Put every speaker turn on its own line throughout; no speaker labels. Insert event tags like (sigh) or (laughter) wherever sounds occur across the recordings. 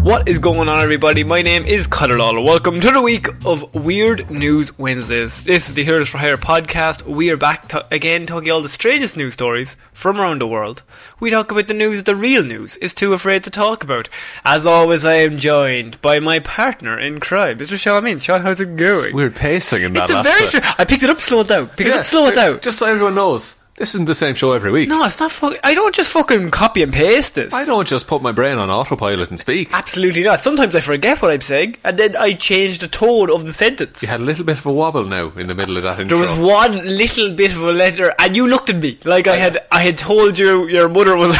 What is going on, everybody? My name is Cutter Lawler. Welcome to the week of Weird News Wednesdays. This is the Heroes for Hire podcast. We are back to- again talking all the strangest news stories from around the world. We talk about the news the real news is too afraid to talk about. As always, I am joined by my partner in crime, Mr. Sean Amin. Sean, how's it going?
Weird pacing in that.
It's a
last
very
bit.
str- I picked it up slow down. Pick it
Yeah,
up slow down.
Just so everyone knows, this isn't the same show every week.
no, it's not fucking. I don't just fucking copy and paste this.
I don't just put my brain on autopilot and speak.
Absolutely not. Sometimes I forget what I'm saying, and then I change the tone of the sentence.
You had a little bit of a wobble now in the middle of that intro.
There was one little bit of a letter, and you looked at me like I had I had told you your mother was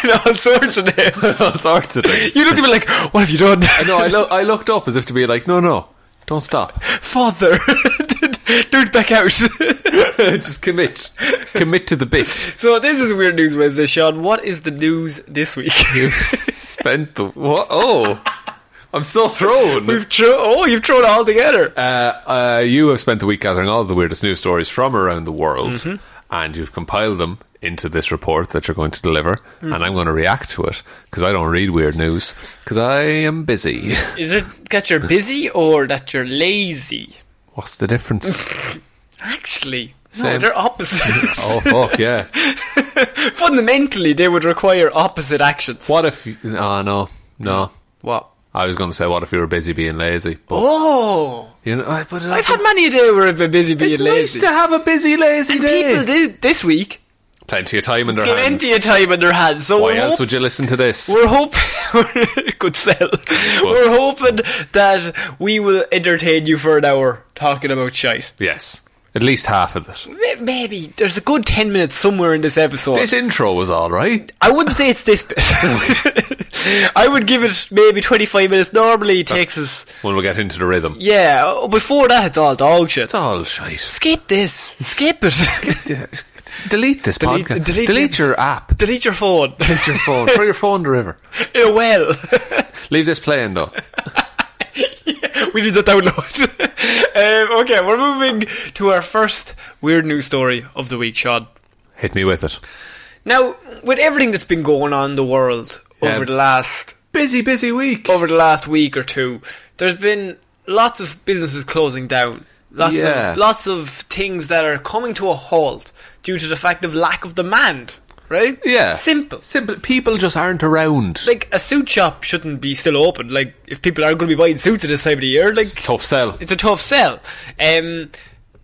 (laughs) and all sorts of names.
all sorts of things.
You looked at me like, (laughs) "What have you done,
I know. I, lo- I looked up as if to be like, no, no, don't stop. (laughs)
father? (laughs) Do it back out." (laughs)
just commit, commit to the bit.
so this is weird news Wednesday, Sean. What is the news this week?
You've (laughs) spent the what? Oh, I'm so
(laughs)
thrown.
We've thrown oh, you've thrown it all together.
Uh, uh, you have spent the week gathering all the weirdest news stories from around the world,
Mm-hmm.
and you've compiled them into this report that you're going to deliver.
Mm-hmm.
And I'm going to react to it because I don't read weird news because I am busy.
(laughs)
(laughs)
Is it that you're busy or that you're lazy?
What's
(laughs)
the difference?
Actually, no,
Same.
they're opposites.
oh fuck yeah!
(laughs) Fundamentally, they would require opposite actions.
What if? You, oh no, no.
What?
I was going to say, what if you were busy being lazy? But
Oh.
you know, I, but uh,
I've had many a day where I've been busy being
It's
lazy.
nice to have a busy lazy day.
People did this week
Plenty of time in their hands.
plenty of time on their hands, so
Why
we're,
else
hop-
would you listen to this?
we're (laughs) hoping good sell. We're hoping that we will entertain you for an hour talking about shite.
yes, at least half of it.
May- Maybe there's a good ten minutes somewhere in this episode.
This intro was all right.
I wouldn't say it's
(laughs)
this bit. I would give it maybe twenty five minutes. Normally it takes us
When we get into the rhythm.
yeah. oh, Before that, it's all dog shit.
It's all shite.
Skip this. Skip it.
Delete this
(laughs) Delete-
podcast.
delete
Delete,
it.
your app.
Delete your phone.
Delete your phone. Throw your phone in the river.
Yeah, Eh, well. (laughs)
Leave this playing though.
we need to download. (laughs) um, okay, we're moving to our first weird news story of the week, Sean.
Hit me with it.
Now, with everything that's been going on in the world
Yeah.
over the last
Busy, busy week.
over the last week or two, there's been lots of businesses closing down. Lots
Yeah.
of lots of things that are coming to a halt due to the fact of lack of demand. Right?
Yeah.
Simple.
Simple. People just aren't around.
Like a suit shop shouldn't be still open. Like if people aren't going to be buying suits at this time of the year, like
Tough sell.
it's a tough sell. Um,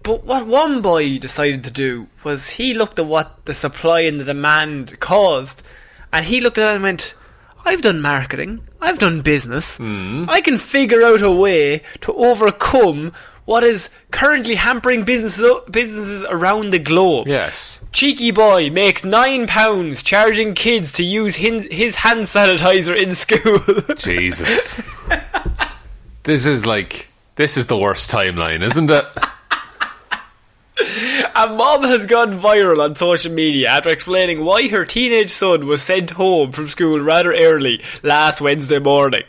but what one boy decided to do was he looked at what the supply and the demand caused, and he looked at that and went, "I've done marketing, I've done business, I can figure out a way to overcome." What is currently hampering businesses businesses around the globe?
Yes.
Cheeky boy makes nine pounds charging kids to use hin- his hand sanitizer in school. (laughs)
Jesus.
(laughs)
this is like this is the worst timeline, isn't it?
A mom has gone viral on social media after explaining why her teenage son was sent home from school rather early last Wednesday morning.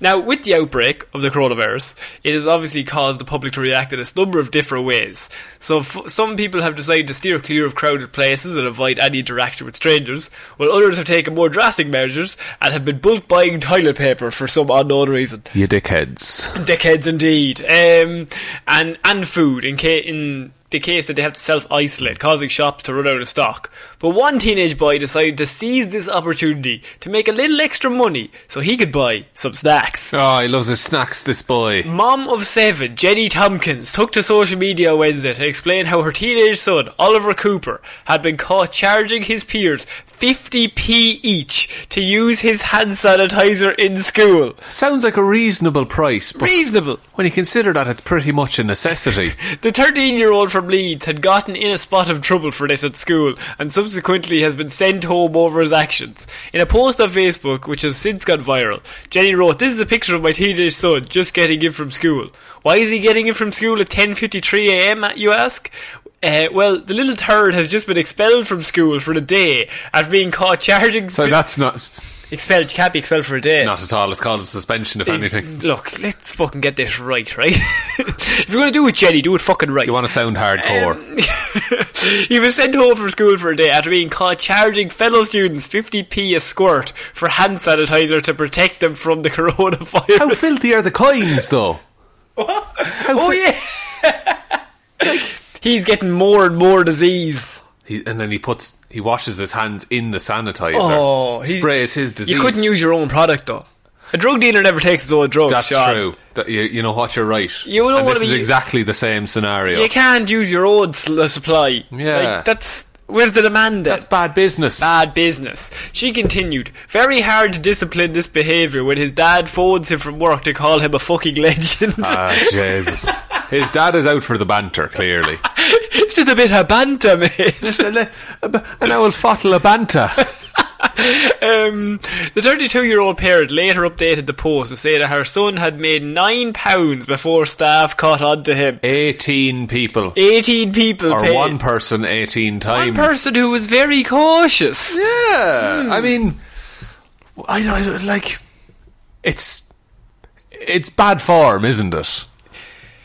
Now, with the outbreak of the coronavirus, it has obviously caused the public to react in a number of different ways. So, f- some people have decided to steer clear of crowded places and avoid any interaction with strangers, while others have taken more drastic measures and have been bulk buying toilet paper for some unknown reason
You dickheads.
dickheads indeed. Um, and and food in ca- in the case that they have to self isolate, causing shops to run out of stock. But one teenage boy decided to seize this opportunity to make a little extra money so he could buy some snacks.
Oh, he loves his snacks, this boy.
Mom of seven, Jenny Tompkins, took to social media Wednesday to explain how her teenage son, Oliver Cooper, had been caught charging his peers 50p each to use his hand sanitizer in school.
Sounds like a reasonable price, but
Reasonable.
when you consider that it's pretty much a necessity.
The 13 year old from Leeds had gotten in a spot of trouble for this at school and subsequently has been sent home over his actions. In a post on Facebook, which has since gone viral, Jenny wrote, This is a picture of my teenage son just getting in from school. Why is he getting in from school at 10.53am, you ask? Uh, well, the little turd has just been expelled from school for the day after being caught charging.
(laughs) so that's not
expelled. You can't be expelled for a day.
not at all. It's called a suspension, if anything.
Look, let's fucking get this right, right? (laughs) if you're gonna do it, Jenny, do it fucking right.
You want to sound hardcore.
(laughs) he was sent home from school for a day after being caught charging fellow students 50p a squirt for hand sanitizer to protect them from the (laughs) coronavirus.
(laughs) How filthy are the coins, though?
oh yeah! (laughs) He's getting more and more disease.
He, and then he puts he washes his hands in the sanitizer.
he's-
Oh, sprays his disease.
You couldn't use your own product though. A drug dealer never takes his own drug.
That's
Sean.
true. That, you, you know what? You're right.
You don't
and
wanna
this is
be-
exactly the same scenario.
You can't use your own sl- supply.
Yeah.
Like, that's where's the demand? Then?
That's bad business.
Bad business. She continued, very hard to discipline this behaviour when his dad phones him from work to call him a fucking legend. (laughs)
Ah, Jesus. His dad is out for the banter, clearly.
it's just a bit of banter, mate.
(laughs) Just a li- a b- an old fottle of (laughs) banter.
Um, the 32 year old parent later updated the post to say that her son had made nine pounds before staff caught on to him.
18 people.
18 people
Or
paid.
one person 18 times.
One person who was very cautious.
Yeah. I mean, I don't like. It's it's bad form, isn't it?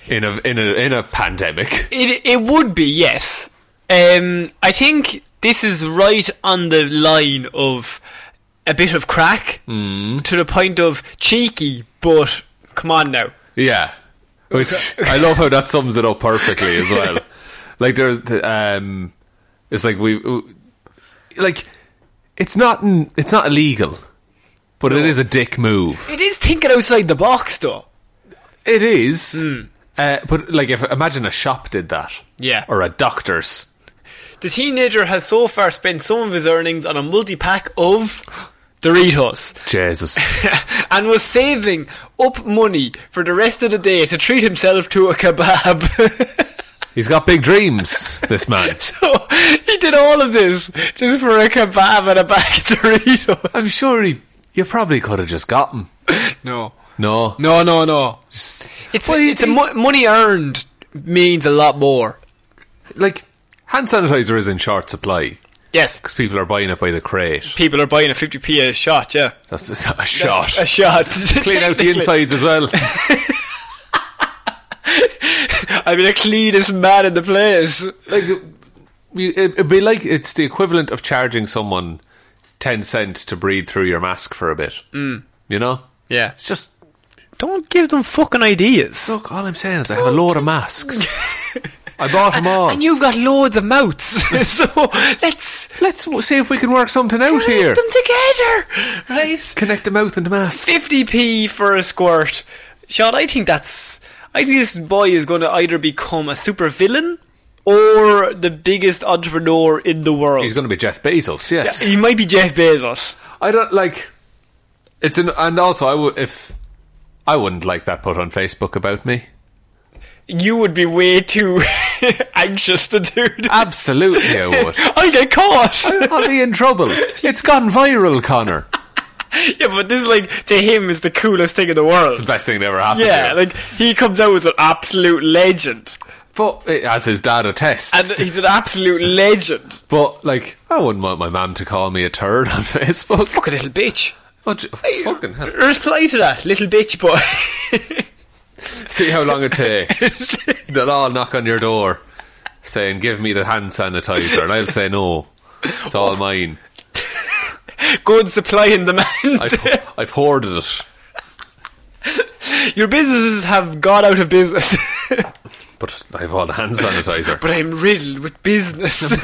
In a in a in a pandemic.
It it would be yes. Um, I think this is right on the line of a bit of crack to the point of cheeky, but come on now.
Yeah. Which I love how that sums it up perfectly as
(laughs)
well. like there's um it's like we like it's not n- it's not illegal. But it is a dick move.
It is thinking outside the box, though.
It is.
Hmm.
Uh, but like if imagine a shop did that.
Yeah.
Or a doctor's.
The teenager has so far spent some of his earnings on a multi pack of Doritos.
Jesus.
and was saving up money for the rest of the day to treat himself to a kebab. (laughs)
He's got big dreams, this man.
so he did all of this just for a kebab and a bag of Doritos.
I'm sure he. You probably could have just got him.
No.
No.
No, no, no. It's,
Well, you
it's a
see-
mo- money earned means a lot more.
Like, hand sanitizer is in short supply
Yes.
because people are buying it by the crate.
People are buying a 50p a shot, yeah.
That's just a shot.
A (laughs) shot.
Clean out the insides as well. (laughs)
I mean, the cleanest man in the place.
like, you- it- it'd be like it's the equivalent of charging someone 10 cents to breathe through your mask for a bit. Mm. You know?
Hmm. Yeah.
It's just.
Don't give them fucking ideas.
Look, all I'm saying is I have a load of masks.
(laughs)
I bought them all.
And you've got loads of mouths, (laughs) so let's
Let's w- see if we can work something out
put
here.
them together, right?
Connect the mouth and the mask.
50p for a squirt. Sean, I think that's. I think this boy is going to either become a super villain or the biggest entrepreneur in the world.
He's going to be Jeff Bezos, yes.
he might be Jeff Bezos.
I don't like. It's an and also I would if I wouldn't like that put on Facebook about me.
You would be way too (laughs) anxious to do that.
Absolutely, I would.
(laughs) I get caught. (laughs)
I'll be in trouble. It's gone viral, Connor.
yeah, but this is like to him is the coolest thing in the world.
Best thing that ever happened.
Yeah,
to you.
like he comes out as an absolute legend.
But eh, as his dad attests,
And uh, he's an (laughs) absolute legend.
but like I wouldn't want my mum to call me a turd on (laughs) Facebook.
Fucking little bitch.
What do- fucking hell.
Reply to that, little bitch boy. (laughs)
See how long it (laughs) takes. They'll all knock on your door saying, Give me the hand sanitizer. And I'll say, No, it's all mine.
Good supply and demand.
I've, I've hoarded it.
(laughs) Your businesses have gone out of business. (laughs)
But I've all the hand sanitizer.
but I'm riddled with business. (laughs)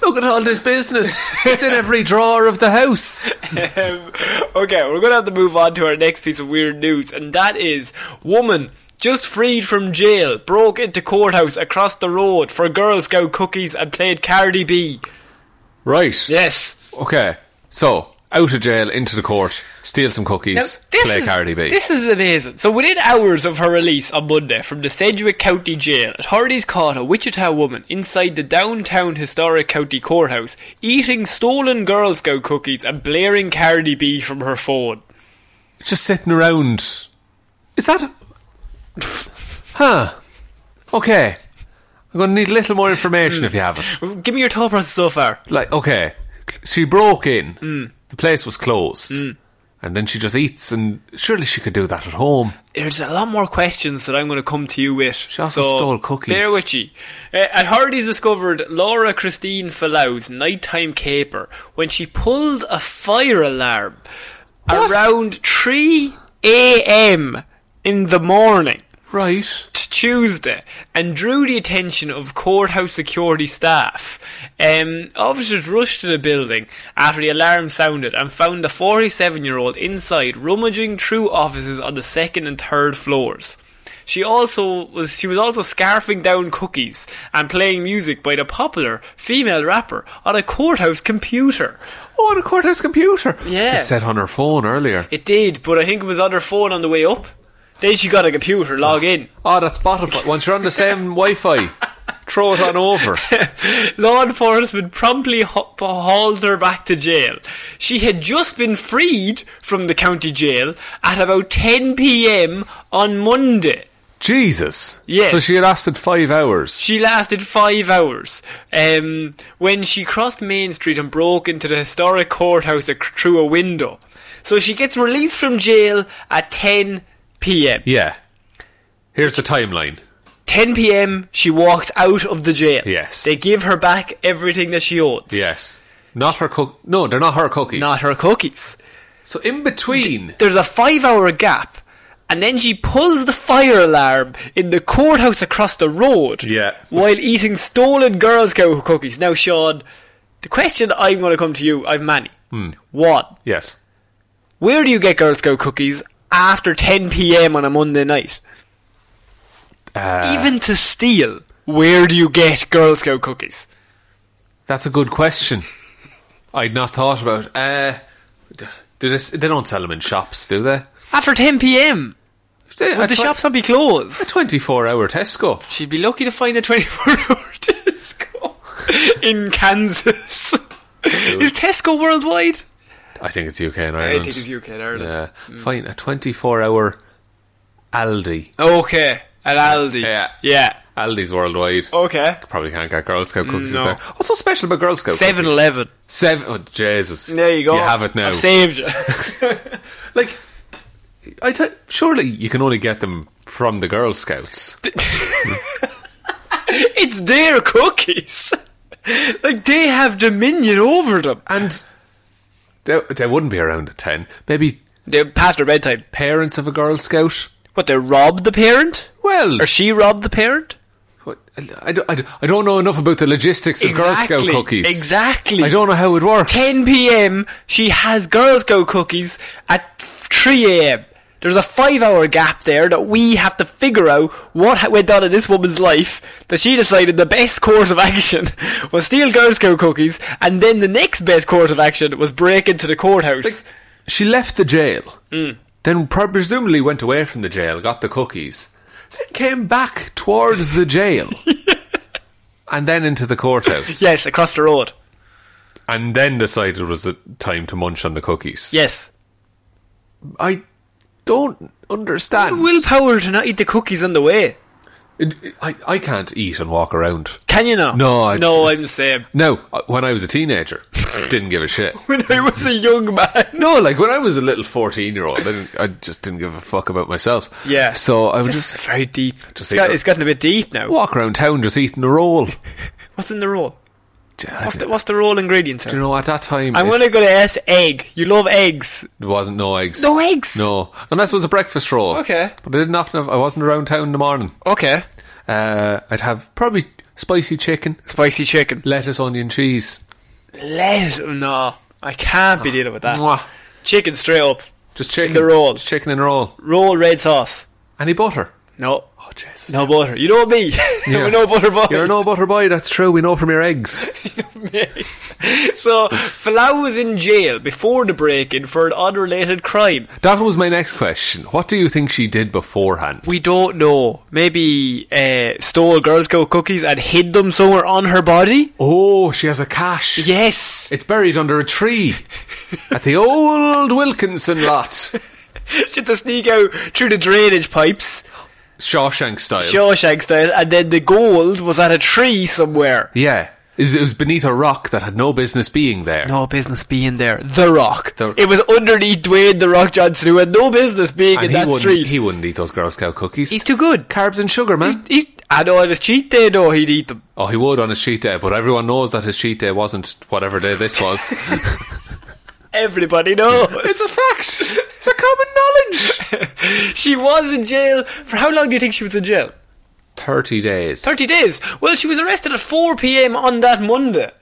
Look at all this business. It's in every drawer of the house.
Um, okay, we're going to have to move on to our next piece of weird news, and that is woman just freed from jail broke into courthouse across the road for Girl Scout cookies and played Cardi B.
Right.
Yes.
Okay. So, out of jail, into the court, steal some cookies, play
is,
Cardi B.
This is amazing. So, within hours of her release on Monday from the Sedgwick County Jail, authorities caught a Wichita woman inside the downtown historic county courthouse eating stolen Girl Scout cookies and blaring Cardi B from her phone.
Just sitting around. Is that. Huh. Okay. I'm going to need a little more information if you have it.
Give me your thought process so far.
like okay she broke in
Mm.
the place was closed and then she just eats and surely she could do that at home
there's a lot more questions that I'm going to come to you with. so
also stole cookies.
Bear with you. Uh, authorities discovered Laura Christine Fallou's nighttime caper when she pulled a fire alarm around 3 a.m. in the morning.
right
t- Tuesday and drew the attention of courthouse security staff. Um, officers rushed to the building after the alarm sounded and found the 47 year old inside rummaging through offices on the second and third floors. She also was she was also scarfing down cookies and playing music by the popular female rapper on a courthouse computer.
oh on a courthouse computer
Yeah.
She said on her phone earlier
It did, but I think it was on her phone on the way up. Then she got a computer log in.
oh that's spotify once you're on the
(laughs)
same wi-fi throw it on over
Law enforcement promptly ha- hauled her back to jail. She had just been freed from the county jail at about 10 p.m. on Monday.
jesus
Yes.
so she had lasted five hours
She lasted five hours. Um, when she crossed Main Street and broke into the historic courthouse ac- through a window, so she gets released from jail at 10 p.m.
yeah here's the timeline
10 p.m. She walks out of the jail.
Yes.
they give her back everything that she owes.
yes not her cook no they're not her cookies
not her cookies.
so in between
there's a five hour gap, and then she pulls the fire alarm in the courthouse across the road
Yeah.
while eating stolen Girl Scout cookies. Now, Sean, the question I'm going to come to you, I've many. One,
yes
where do you get Girl Scout cookies after 10 pm on a Monday night? Even to steal, where do you get Girl Scout cookies?
That's a good question. I'd not thought about. it. Uh, do this? They don't sell them in shops, do they?
After 10 pm,
They-
would the
a tw-
shops not be
a
closed?
twenty-four hour Tesco.
She'd be lucky to find a 24 (laughs) hour Tesco in Kansas. Is Tesco worldwide?
I think it's UK and
I
Ireland.
think it's UK and Ireland. Mm.
Yeah, fine. A twenty-four hour Aldi.
Okay, at Aldi.
Yeah.
Yeah.
Aldi's worldwide.
Okay.
Probably can't get Girl Scout cookies
Oh. No.
there. What's so special about Girl Scout?
7
cookies?
Eleven.
Seven. Oh Jesus!
There you go.
You have it now.
I've saved you.
like, I th- surely you can only get them from the Girl Scouts.
(laughs) it's their cookies. (laughs) like, they have dominion over them.
And they, they wouldn't be around at 10. Maybe
They're past their bedtime.
parents of a Girl Scout?
What, they robbed the parent?
Well,
Or she robbed the parent?
what- I, don't- I don't- I don't know enough about the logistics of Girl Scout
Exactly,
cookies.
exactly.
I don't know how it works.
10 p.m. She has Girl Scout cookies at 3 a.m. There's a five-hour gap there that we have to figure out what ha- went on in this woman's life that she decided the best course of action (laughs) was steal Girl Scout cookies, and then the next best course of action was break into the courthouse.
She left the jail,
Mm.
then pro- presumably went away from the jail, got the cookies, then came back towards
(laughs)
the jail, and then into the courthouse,
yes, across the road.
and then decided it was the time to munch on the cookies.
Yes.
I don't understand.
Willpower to not eat the cookies on the way.
It- I, I can't eat and walk around.
Can you not?
No, it's-
no,
it's-
I'm the same. (laughs)
No, uh, when I was a teenager, didn't give a shit.
When I was a young man,
(laughs) No, like when I was a little fourteen-year-old, I, didn't- I just didn't give a fuck about myself.
yeah.
So I would
just,
just
very deep.
just
it's, got,
eat-
it's gotten a bit deep now.
walk around town just eating a roll.
What's in the roll? What's the
Do
what's the roll ingredients?
you
Here?
know at that time
I'm
it
gonna go to S egg. You love eggs.
wasn't no eggs.
No eggs.
No, unless it was a breakfast roll.
Okay.
but I didn't often. Have, I wasn't around town in the morning.
Okay.
Uh, I'd have probably spicy chicken,
Spicy chicken.
lettuce, onion, cheese.
Lettuce. No, I can't be dealing with that.
Mwah.
Chicken straight up.
Just chicken.
Ah. The roll.
Just chicken and roll.
Roll red sauce.
Any butter?
No.
Oh Jesus!
No butter. You know me. (laughs) I'm a
Yeah.
no butter boy.
You're a no butter boy. That's true. We know from your eggs.
so Falau was in jail before the break-in for an unrelated crime.
That was my next question. What do you think she did beforehand?
We don't know. Maybe uh, stole Girl Scout cookies and hid them somewhere on her body.
Oh, she has a cache.
Yes, (laughs)
It's buried under a (laughs) tree at the old Wilkinson lot,
she had to sneak out through the drainage pipes,
Shawshank style.
Shawshank style, and then the gold was at a tree somewhere.
yeah, It was- it was beneath a rock that had no business being there.
No business being there. The Rock.
The-
it was underneath Dwayne The Rock Johnson, who had no business being
and
in
he
that
wouldn't,
street.
he wouldn't eat those Girl Scout cookies.
he's too good.
carbs and sugar, man.
He's, he's, I know on his cheat day, though, he'd eat them.
Oh, he would on his cheat day, but everyone knows that his cheat day wasn't whatever day this (laughs) was.
Everybody
(laughs)
knows. it's a fact. It's a common knowledge. she was in jail. For how long do you think she was in jail?
30 days.
30 days. Well, she was arrested at 4 pm on that Monday.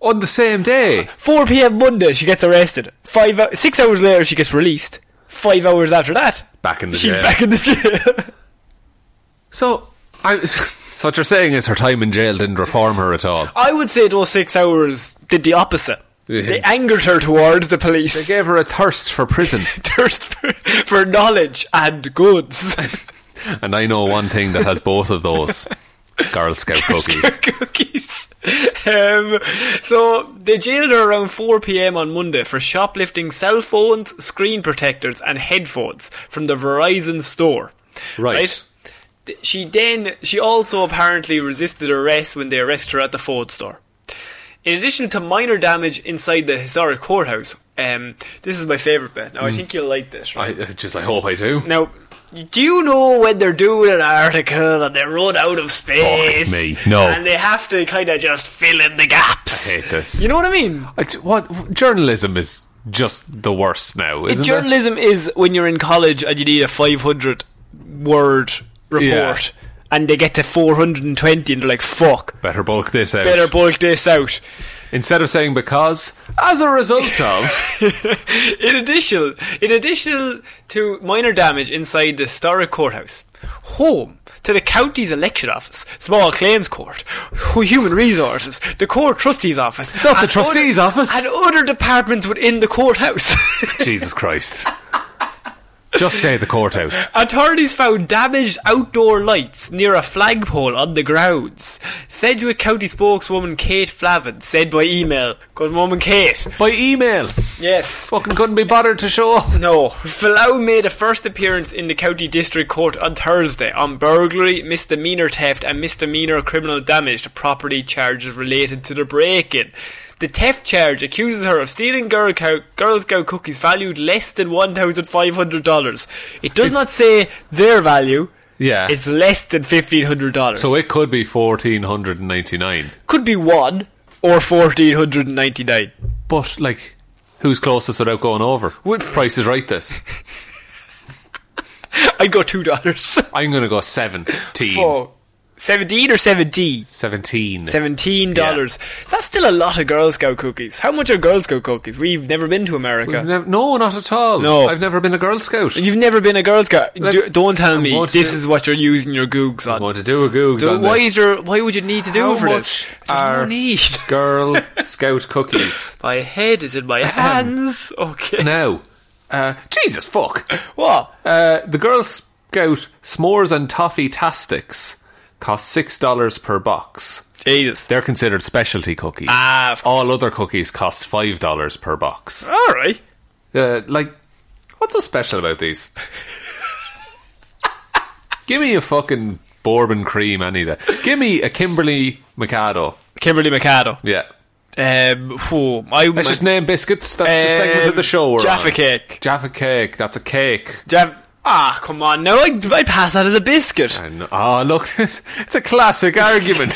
On the same day.
4 pm Monday, she gets arrested. Five, hou- six hours later, she gets released. Five hours after that,
Back in the
she's
jail.
back in the (laughs) jail.
So, I, (laughs) so what you're saying is her time in jail didn't reform her at all.
I would say those six hours did the opposite.
Yeah.
They angered her towards the
They
police. (laughs)
gave her a thirst for prison.
Thirst for, for knowledge and
(laughs)
goods.
(laughs) and I know one thing that has both of those. Girl Scout cookies.
Cookies. Um, so they jailed her around 4 p.m. on Monday for shoplifting cell phones, screen protectors, and headphones from the Verizon store.
Right.
Th- She then she also apparently resisted arrest when they arrested her at the Ford store. In addition to minor damage inside the historic courthouse, um, this is my favourite bit. Now I think you'll like this. Right?
I, I just, I hope Hmm. I do.
Now, do you know when they're doing an article and they run out of space?
me, no.
And they have to kind of just fill in the gaps.
I hate this.
You know what I mean?
I j- what, journalism is just the worst now, isn't it?
Journalism is when you're in college and you need a 500 word report.
Yeah.
And they get to 420 and they're like, fuck,
Better bulk this out.
better bulk this
(laughs)
out.
Instead of saying because, as a
(laughs)
result of,
in addition, in addition to minor damage inside the historic courthouse, home to the county's election office, small claims court, hu- human resources, the court trustee's office,
Not the
and
trustee's
other-
office.
and other departments within the courthouse. (laughs)
Jesus Christ. Just say the courthouse.
Authorities found damaged outdoor lights near a flagpole on the grounds. Sedgwick County spokeswoman Kate Flavin said by email, "Good woman, Kate."
By email.
Yes.
Fucking couldn't be bothered to show up.
No, Falau made a first appearance in the county district court on Thursday on burglary, misdemeanor theft, and misdemeanor criminal damage to property charges related to the break-in. The theft charge accuses her of stealing Girl, Cow- Girl Scout cookies valued less than one thousand five hundred dollars. It does not say their value.
Yeah.
it's less than fifteen hundred dollars.
So it could be 1499.
could be one or fourteen hundred and ninety-nine.
But, like, who's closest without going over?
Would-
Price is right this.
I'd go two dollars. (laughs)
I'm going to go 17.
Seventeen or seventy.
17.
Seventeen dollars. That's still a lot of Girl Scout cookies. How much are Girl Scout cookies? We've never been to America.
We've nev- no, not at all.
No.
I've never been a Girl Scout.
You've never been a Girl Scout.
Let-
Do, don't tell
I
me
want
this
to-
is what you're using your googs
I'm
on.
going to do a Googs
Do-
on
why
this.
is there? Why would you need to do
How
for
much
this? There's
are
no (laughs)
(laughs)
need.
Girl Scout cookies?
my head is in (laughs) my hands. Okay.
Now, uh, Jesus fuck.
What?
Uh, the Girl Scout s'mores and toffee tastics cost six dollars per box.
Jesus.
They're considered specialty cookies.
Ah, of course.
all other cookies cost five dollars per box.
All right.
Uh, like, what's so special about these? (laughs) Give me a fucking bourbon cream any day. Give me a Kimberly Mikado.
Kimberly Mikado.
Yeah.
Um, phew, I um,
Let's just name biscuits. That's the segment of the show. We're
Jaffa
on.
cake.
Jaffa cake. That's a cake.
Jav- ah, come on. Now I I pass that as a biscuit.
And oh, look, (laughs) it's, it's a
(laughs)
classic argument.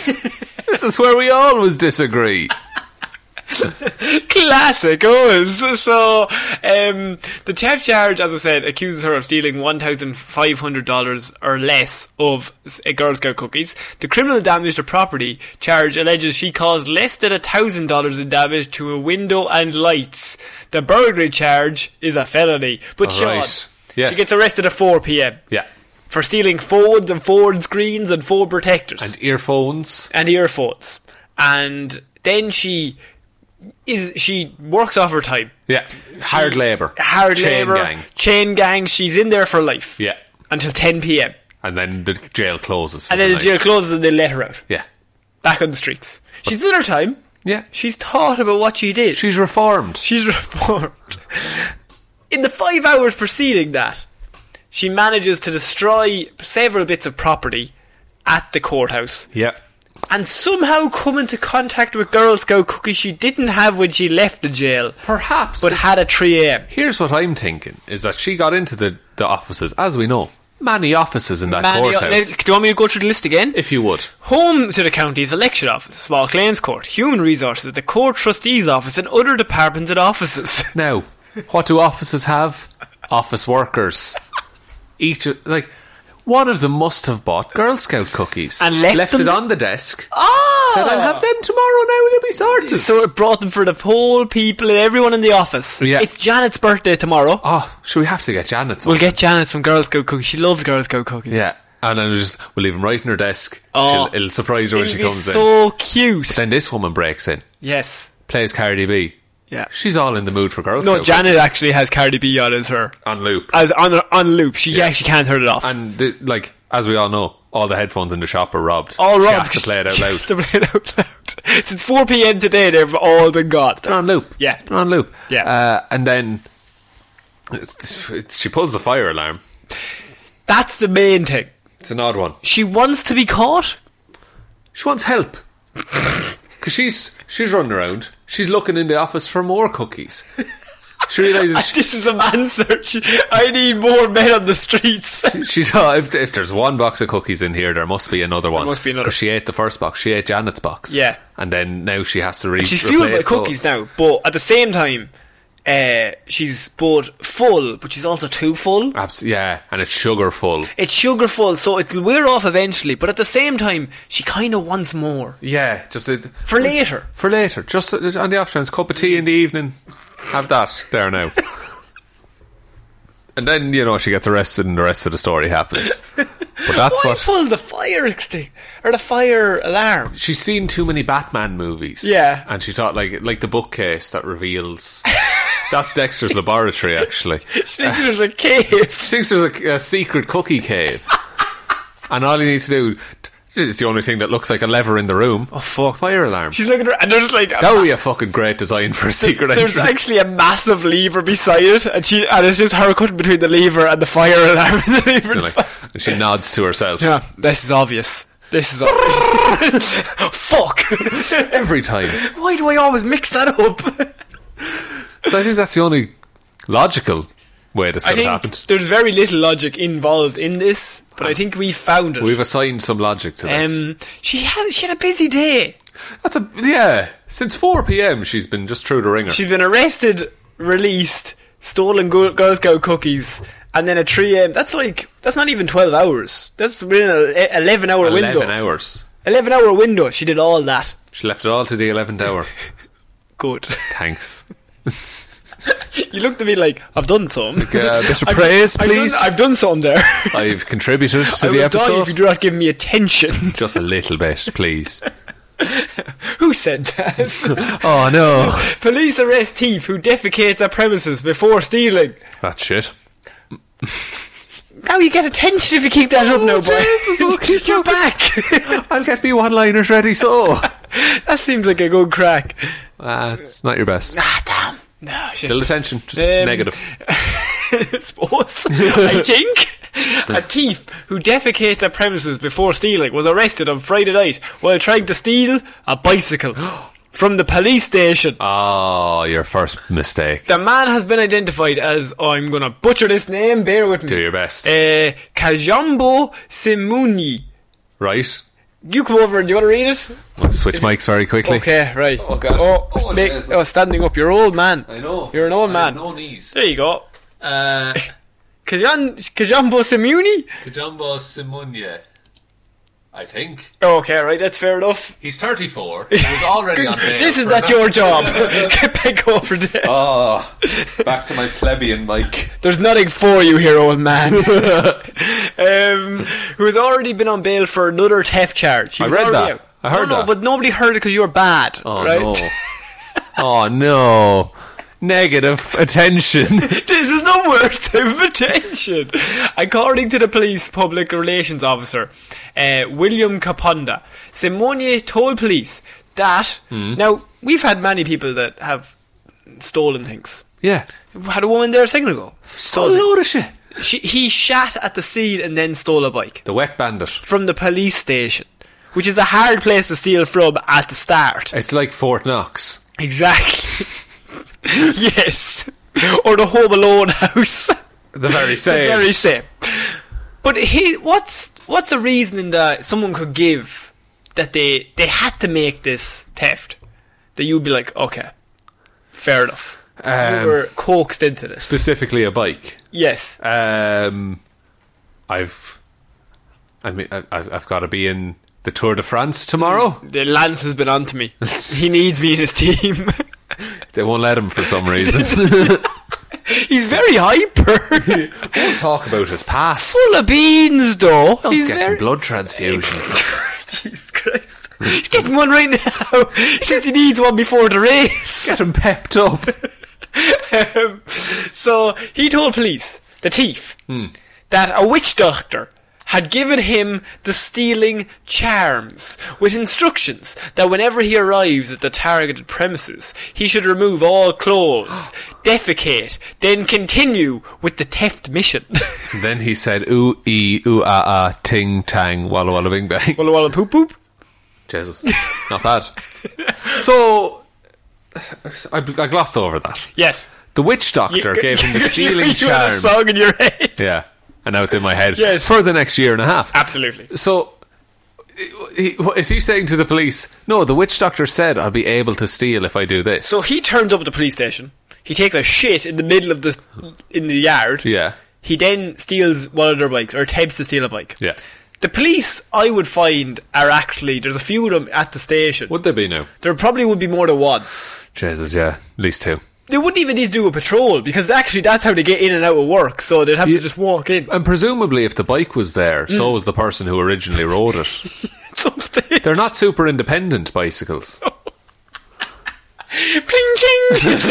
this is where we always disagree.
Classic always. So, um, the theft charge, as I said, accuses her of stealing $1,500 or less of s- uh, Girl Scout cookies. The criminal damage to property charge alleges she caused less than $1,000 in damage to a window and lights. The burglary charge is a felony. But
All
Sean,
right. Yes.
she gets arrested at 4pm
Yeah.
for stealing Fords and Ford screens and Ford protectors
And earphones.
and earphones. And then she is she works off her time.
Yeah. Hard labour.
Hard
Chain
labor,
gang.
chain gang. She's in there for life.
Yeah.
until 10 p.m.
And then the jail closes. for
and then the
night.
jail closes and they let her out
Yeah.
back on the streets. She's in her time.
Yeah.
She's thought about what she did.
She's reformed.
She's (laughs) reformed. In the five hours preceding that, she manages to destroy several bits of property at the courthouse.
yeah.
and somehow come into contact with Girl Scout cookies she didn't have when she left the jail,
Perhaps.
but had at 3 a.m.
Here's what I'm thinking is that she got into the, the offices, as we know, many offices in that
Manny- now,
courthouse.
do you want me to go through the list again?
if you would.
Home to the county's election office, small claims court, human resources, the court trustee's office, and other departments and offices. (laughs)
Now, what do offices have? Office workers. Each of- like one of them must have bought Girl Scout cookies
And left them-
it on the desk.
Ah!
Said I'll have them tomorrow. Now and it'll be sorted.
So it brought them for the whole people and everyone in the office.
Yeah.
It's Janet's birthday tomorrow.
oh, should we have to get Janet? Some?
We'll get Janet some Girl Scout cookies. She loves Girl Scout cookies.
yeah, and then we'll just we'll leave them right in her desk.
Oh.
She'll- it'll surprise her
It'll
when she
be
comes in.
so cute.
Then this woman breaks in,
yes.
plays Cardi B.
Yeah.
She's all in the mood for Girl
No,
Scout
Janet actually has Cardi B on as her
cookies on loop.
as on on loop. She
Yeah.
actually can't turn it off.
and the, like as we all know, all the headphones in the shop are robbed.
all
She
wrong.
has to play it out
She
(laughs) loud.
has to play it out loud. Since 4 p.m. today, they've all been gone.
been on loop.
Yeah.
it's been on loop.
Yeah.
uh, and then it's, it's, she pulls the fire alarm.
That's the main thing.
It's an odd one.
She wants to be caught. (laughs)
She wants (laughs) help because she's she's running around. She's looking in the office for more cookies. She (laughs) realizes she,
This is a man search. I need more men on the streets.
she thought if, if there's one box of cookies in here, there must be another one.
must be another.
'Cause She ate the first box. She ate Janet's box.
Yeah.
and then now she has to
(laughs)
re-
she's fueled by
replace those.
cookies now, but at the same time, uh, she's both full, but she's also too full.
Abs- yeah, and it's sugar full.
It's sugarful, so it'll wear off eventually. But at the same time, she kind of wants more
Yeah, just it,
for later.
for later. Just uh, on the off chance, cup of tea in the evening. Have that
(laughs)
there now. and then you know she gets arrested, and the rest of the story happens. But that's
Why
what
pull the fire extinguisher or the fire alarm?
she's seen too many Batman movies.
Yeah.
and she thought like like the bookcase that reveals. (laughs) That's Dexter's laboratory, actually.
(laughs) She thinks there's a cave.
She thinks there's a, a secret cookie cave, and all you need to do. It's the only thing that looks like a lever in the room. Oh fuck! Fire alarm.
She's looking around, and there's like a
that would be a fucking great design for a secret.
there's
entrance.
actually a massive lever beside it, and she and it's just her cutting between the lever and the fire alarm. And the lever
She,
and the
like,
fire- (laughs)
and she nods to herself
yeah, this is obvious. This is obvious.
(laughs)
fuck.
every time.
Why do I always mix that up?
So I think that's the only logical way this
I
could have
think
happened.
there's very little logic involved in this, but I think we found it.
Ah. We've assigned some logic to this.
um, she had she had a busy day.
that's a yeah. Since four p.m., she's been just through the ringer.
She's been arrested, released, stolen Girl, Girl Scout cookies, and then at 3 a.m. That's like, that's not even 12 hours. That's within an 11 hour
Eleven
window.
hours.
11 hour window. She did all that.
She left it all to the
(laughs)
eleventh hour.
Good.
Thanks.
(laughs) you looked at me like, I've done some.
uh, a bit of
(laughs)
praise,
I've
please.
done, I've done some there. (laughs)
I've contributed to
I
the
will die if
episode.
you do not give me attention. (laughs)
just a little bit, please.
Who said
(laughs)
that?
oh no,
Police arrest thief who defecates at premises before stealing.
that's shit.
Now you get attention if you keep that up now, boy.
Oh, Jesus, I'll
(laughs)
kick
You're
you.
back.
I'll get me one-liners ready. (laughs)
(laughs)
So
that seems like a good crack.
uh, it's not your best.
Ah, damn. No, shit.
Still attention, just
Um,
negative.
I (laughs) suppose. I think. A thief who defecates at premises before stealing was arrested on Friday night while trying to steal a bicycle (gasps) from the police station.
Oh, your first mistake.
The man has been identified as oh, I'm gonna butcher this name. Bear with me.
Do your best.
Uh, Kajambo Simuni.
Right?
You come over. Do you want to read it?
Switch mics very quickly.
Okay, right.
Oh, God.
Oh,
Oh,
make-
Jesus.
oh, standing up. You're an old man.
I know.
You're an old
I have
man.
no
(laughs)
knees.
There you go. (laughs)
Uh,
Kajan Kajambo Simuni.
Kajambo Simunye, I think.
Okay, right. That's fair enough. (laughs)
He's 34. He was already on bail
This is
for
not
that.
your
(laughs)
job. (laughs) Get back over there.
Oh, back to my plebeian mic.
There's nothing for you here, old
(laughs)
man. um, who has already been on bail for another theft charge. He
I
was
read
already
that. I
no,
heard
No,
that.
but nobody heard it because you were bad,
Oh,
right?
no. Oh, no. Negative attention.
this is the worst (laughs) invitation. According to the police public relations officer, uh, William Caponda, Simonier told police that. Now, we've had many people that have stolen things.
yeah.
We had a woman there a second ago.
Stole a load of shit.
She, he shat at the scene and then stole a bike.
The wet bandit.
from the police station, which is a hard place to steal from at the start.
It's like Fort Knox.
Exactly. (laughs) yes. Or the Home Alone (laughs) house.
(laughs) The very same.
The very same. But he, what's what's a reasoning that someone could give that they they had to make this theft? That you'd be like, okay, fair enough.
Um,
you were coaxed into this.
Specifically a bike.
yes.
Um, I've, I mean, I- I've, I've got to be in the Tour de France tomorrow.
The Lance has been on to
(laughs)
me. he needs me in his team. (laughs)
They won't let him for some reason. (laughs)
He's very hyper.
Don't talk about his past.
full of beans, though.
He's
He's
getting
very.
blood
(laughs)
transfusions.
Jesus Christ. He's getting one right now. He says he needs one before the race.
(laughs) Get him pepped up.
Um, so he told police, the thief, that a witch doctor had given him the stealing charms with instructions that whenever he arrives at the targeted premises, he should remove all clothes, defecate, then continue with the theft mission.
then he said, "Ooh ee ooh ah ah ting tang walla walla bing bang."
walla walla poop poop.
(laughs) Jesus, not bad. So (sighs) I, I glossed over that.
Yes.
The witch doctor gave him the stealing
(laughs) you had a
charm.
song in your head.
(laughs) Yeah, and now it's in my head
Yes.
for the next year and a half.
Absolutely.
So, he, what is he saying to the police? No, the witch doctor said I'll be able to steal if I do this.
So he turns up at the police station. He takes a shit in the middle of the in the yard.
yeah,
He then steals one of their bikes or attempts to steal a bike.
yeah.
The police, I would find, are actually there's a few of them at the station.
Would there be no?
There probably would be more than one.
Jesus, yeah, at least two.
They wouldn't even need to do a patrol because actually that's how they get in and out of work. So they'd have
Yeah.
to just walk in. (laughs)
And presumably, if the bike was there, so was the person who originally rode it.
Some stage.
They're not super independent (laughs) bicycles.
Pling ching! (laughs)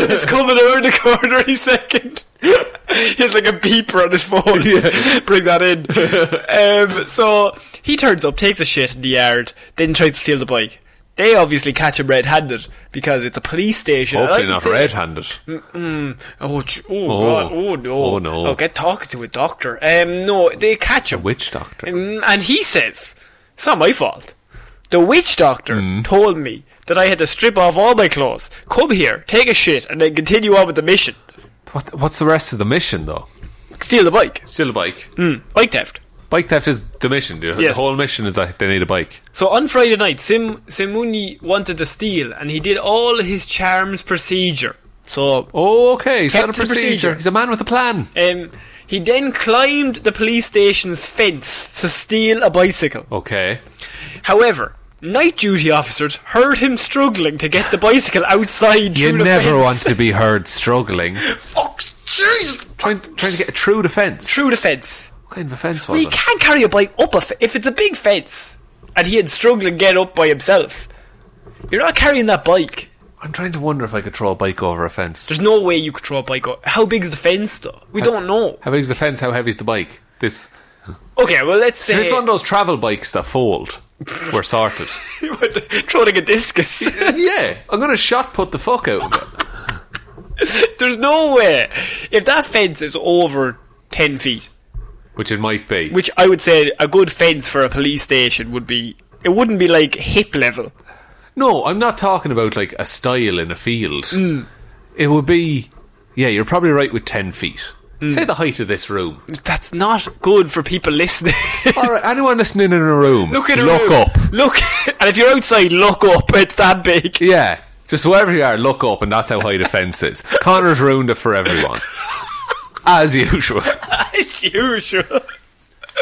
it's coming around the corner any (laughs) second. he has like a beeper on his phone. Bring that in. um, so he turns up, takes a shit in the yard, then tries to steal the bike. They obviously catch him red-handed because it's a police station. And I
Hopefully,
can
not
see-
red-handed.
Oh, j- oh, god! Oh no!
Oh, no.
Oh, get talking to a doctor. Um, no, they catch him.
Witch doctor.
Mm, and he says, It's not my fault. The witch doctor
Mm.
told me that I had to strip off all my clothes, come here, take a shit, and then continue on with the mission.
What, what's the rest of the mission, though?
Steal the bike.
Steal a bike.
Bike theft.
Bike theft is the mission. Dude.
Yes.
The whole mission is that they need a bike.
So on Friday night, Sim Simuni wanted to steal, and he did all his charms procedure. So
Oh, okay. He's
Kept
got
the
a procedure.
procedure.
He's a man with a plan.
um, he then climbed the police station's fence to steal a bicycle.
Okay.
However, night duty officers heard him struggling to get the bicycle outside.
You
through the
never
fence.
want
(laughs)
to be heard (laughs) struggling.
Fuck, Jesus.
trying, trying to get a true defence.
True defence.
What kind of defence
Well,
was
you
it?
can't carry a bike up a f- if it's a big fence, and he had struggled to get up by himself. You're not carrying that bike.
I'm trying to wonder if I could throw a bike over a fence.
There's no way you could throw a bike. Up. How big is the fence, though? We don't know.
How big's the fence? How heavy's the bike? This.
Okay, well let's
If
say (laughs)
it's one of those travel bikes that fold, we're (laughs) sorted.
throwing a discus. (laughs)
yeah, I'm gonna shot put the fuck out of it.
There's no way. If that fence is over 10 feet,
Which it might be.
which I would say a good fence for a police station would be, it wouldn't be like hip level.
No, I'm not talking about like a style in a field. It would be, yeah, you're probably right with 10 feet. Say the height of this room. (laughs)
That's not good for people listening. (laughs)
All right, anyone listening in a room,
look at a
look
room.
up.
Look, (laughs) and if you're outside, look up. It's that big.
Yeah, just wherever you are, look up, and that's how high defence is. Connor's ruined it for (laughs) everyone, as usual.
As usual.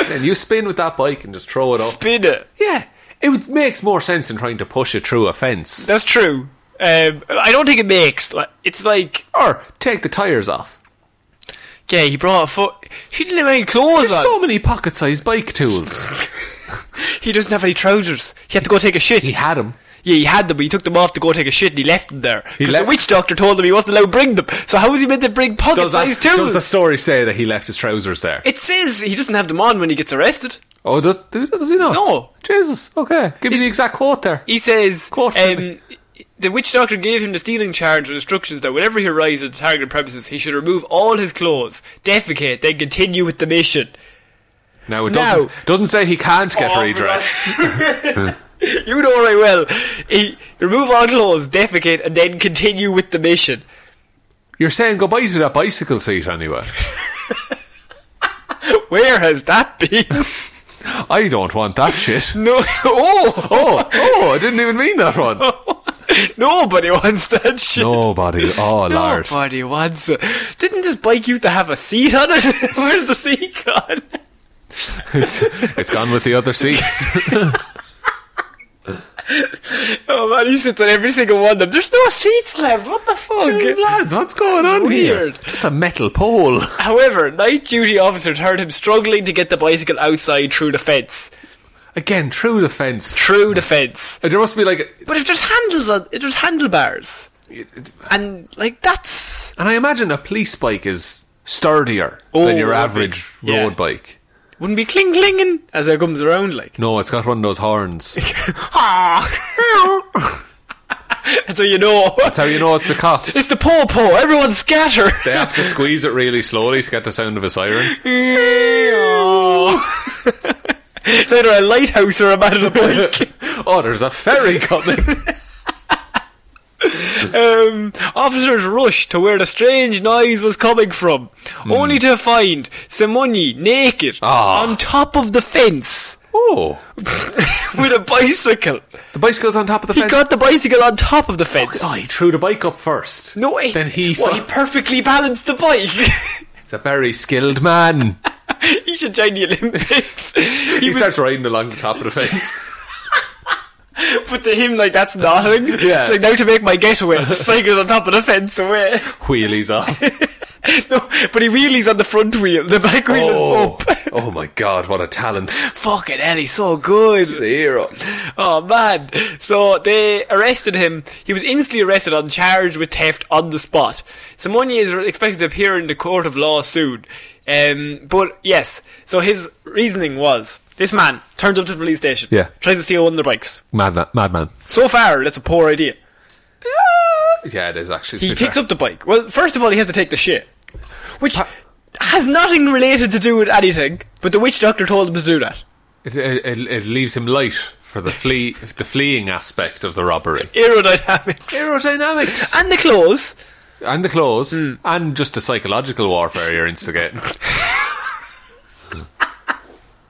And you spin with that bike and just throw it up.
Spin it.
Yeah, it would, makes more sense than trying to push it through a fence
That's true. Um, I don't think it makes. Like, it's like
or take the tires off.
yeah, he brought a foot. He didn't have any clothes
There's
on.
so many pocket-sized bike tools.
(laughs) he doesn't have any trousers. He had to go take a shit.
He had them.
yeah, he had them, but he took them off to go take a shit, and he left them there because the
left-
witch doctor told him he wasn't allowed to bring them. So how was he meant to bring
Does, that,
pocket-sized
does
tools?
the story say that he left his trousers there?
it says he doesn't have them on when he gets arrested.
Oh, does, does does he not?
No.
Jesus, okay. Give me the exact quote there.
He says,
Quote from
um, the witch doctor gave him the stealing charge with instructions that whenever he arrives at the target premises, he should remove all his clothes, defecate, then continue with the mission.
Now, it
Now-
doesn't, doesn't say he can't get
Oh,
redressed.
for God. (laughs) you know very well. He, remove all clothes, defecate, and then continue with the mission.
You're saying goodbye to that bicycle seat (laughs) anyway.
Where has that been? (laughs)
I don't want that shit.
no, oh,
(laughs) Oh, oh, I didn't even mean that (laughs) one.
nobody wants that shit. (laughs)
Nobody. Oh, lard. (laughs)
Nobody wants it. Didn't this bike used to have a seat on it? (laughs) Where's the seat gone?
It's, it's gone with the other seats.
Oh man, he sits on every single one of them. There's no seats left. What the fuck?
(laughs) Lads, what's going on
Weird.
here? Just a metal pole.
However, night duty officers heard him struggling to get the bicycle outside through the fence.
Again, through the fence.
Through the fence.
There must be like.
But if there's handles on, if there's handlebars, and like that's
And I imagine a police bike is sturdier
Oh,
than your
would be.
average road
Yeah.
bike.
wouldn't be cling clinging as it comes around like.
No, it's got one of those (laughs) horns.
(laughs) Ah. and so you know, (laughs)
That's how you know it's the cops. (laughs)
it's the po po. Everyone scatter.
They have to squeeze it really slowly to get the sound of a siren.
(laughs) it's either a lighthouse or a man on a bike.
Oh, there's a (laughs) ferry coming.
Um, officers rushed to where the strange noise was coming from, only to find Simoni naked
Hmm. Ah.
on top of the fence
Oh,
with a bicycle.
the bicycle's on top of the
He
fence.
got the bicycle on top of the fence.
oh, he threw the bike up first.
No way.
Then he.
well, he
fu-
perfectly balanced the bike. (laughs)
He's a very skilled man.
he should join (laughs) the Olympics. he
(laughs) He
was-
starts riding along the top of the fence.
but to him, like that's nothing.
Yeah.
It's like now to make my getaway, I just cycle on top of the fence away.
(laughs)
(laughs)
Wheelies (laughs) off.
no, but he wheelies on the front wheel. The back wheel
Oh, (laughs)
is up. (laughs)
oh my god, what a talent.
Fucking hell, he's so good.
hero.
Oh man. So they arrested him. He was instantly arrested on charge with theft on the spot. Simone is expected to appear in the court of law soon. Um, but yes, so his reasoning was this man turns up to the police station,
Yeah.
tries to steal one of their bikes.
Madman. Madman.
So far, that's a poor idea.
Yeah, it is actually.
He picks up the bike. Well, first of all, he has to take the shit, which has nothing related to do with anything. But the witch doctor told him to do that.
It, it, it leaves him light for the flee, the fleeing aspect of the robbery.
Aerodynamics.
Aerodynamics. Hmm.
and the clothes.
and the clothes, and just the psychological warfare you're instigating.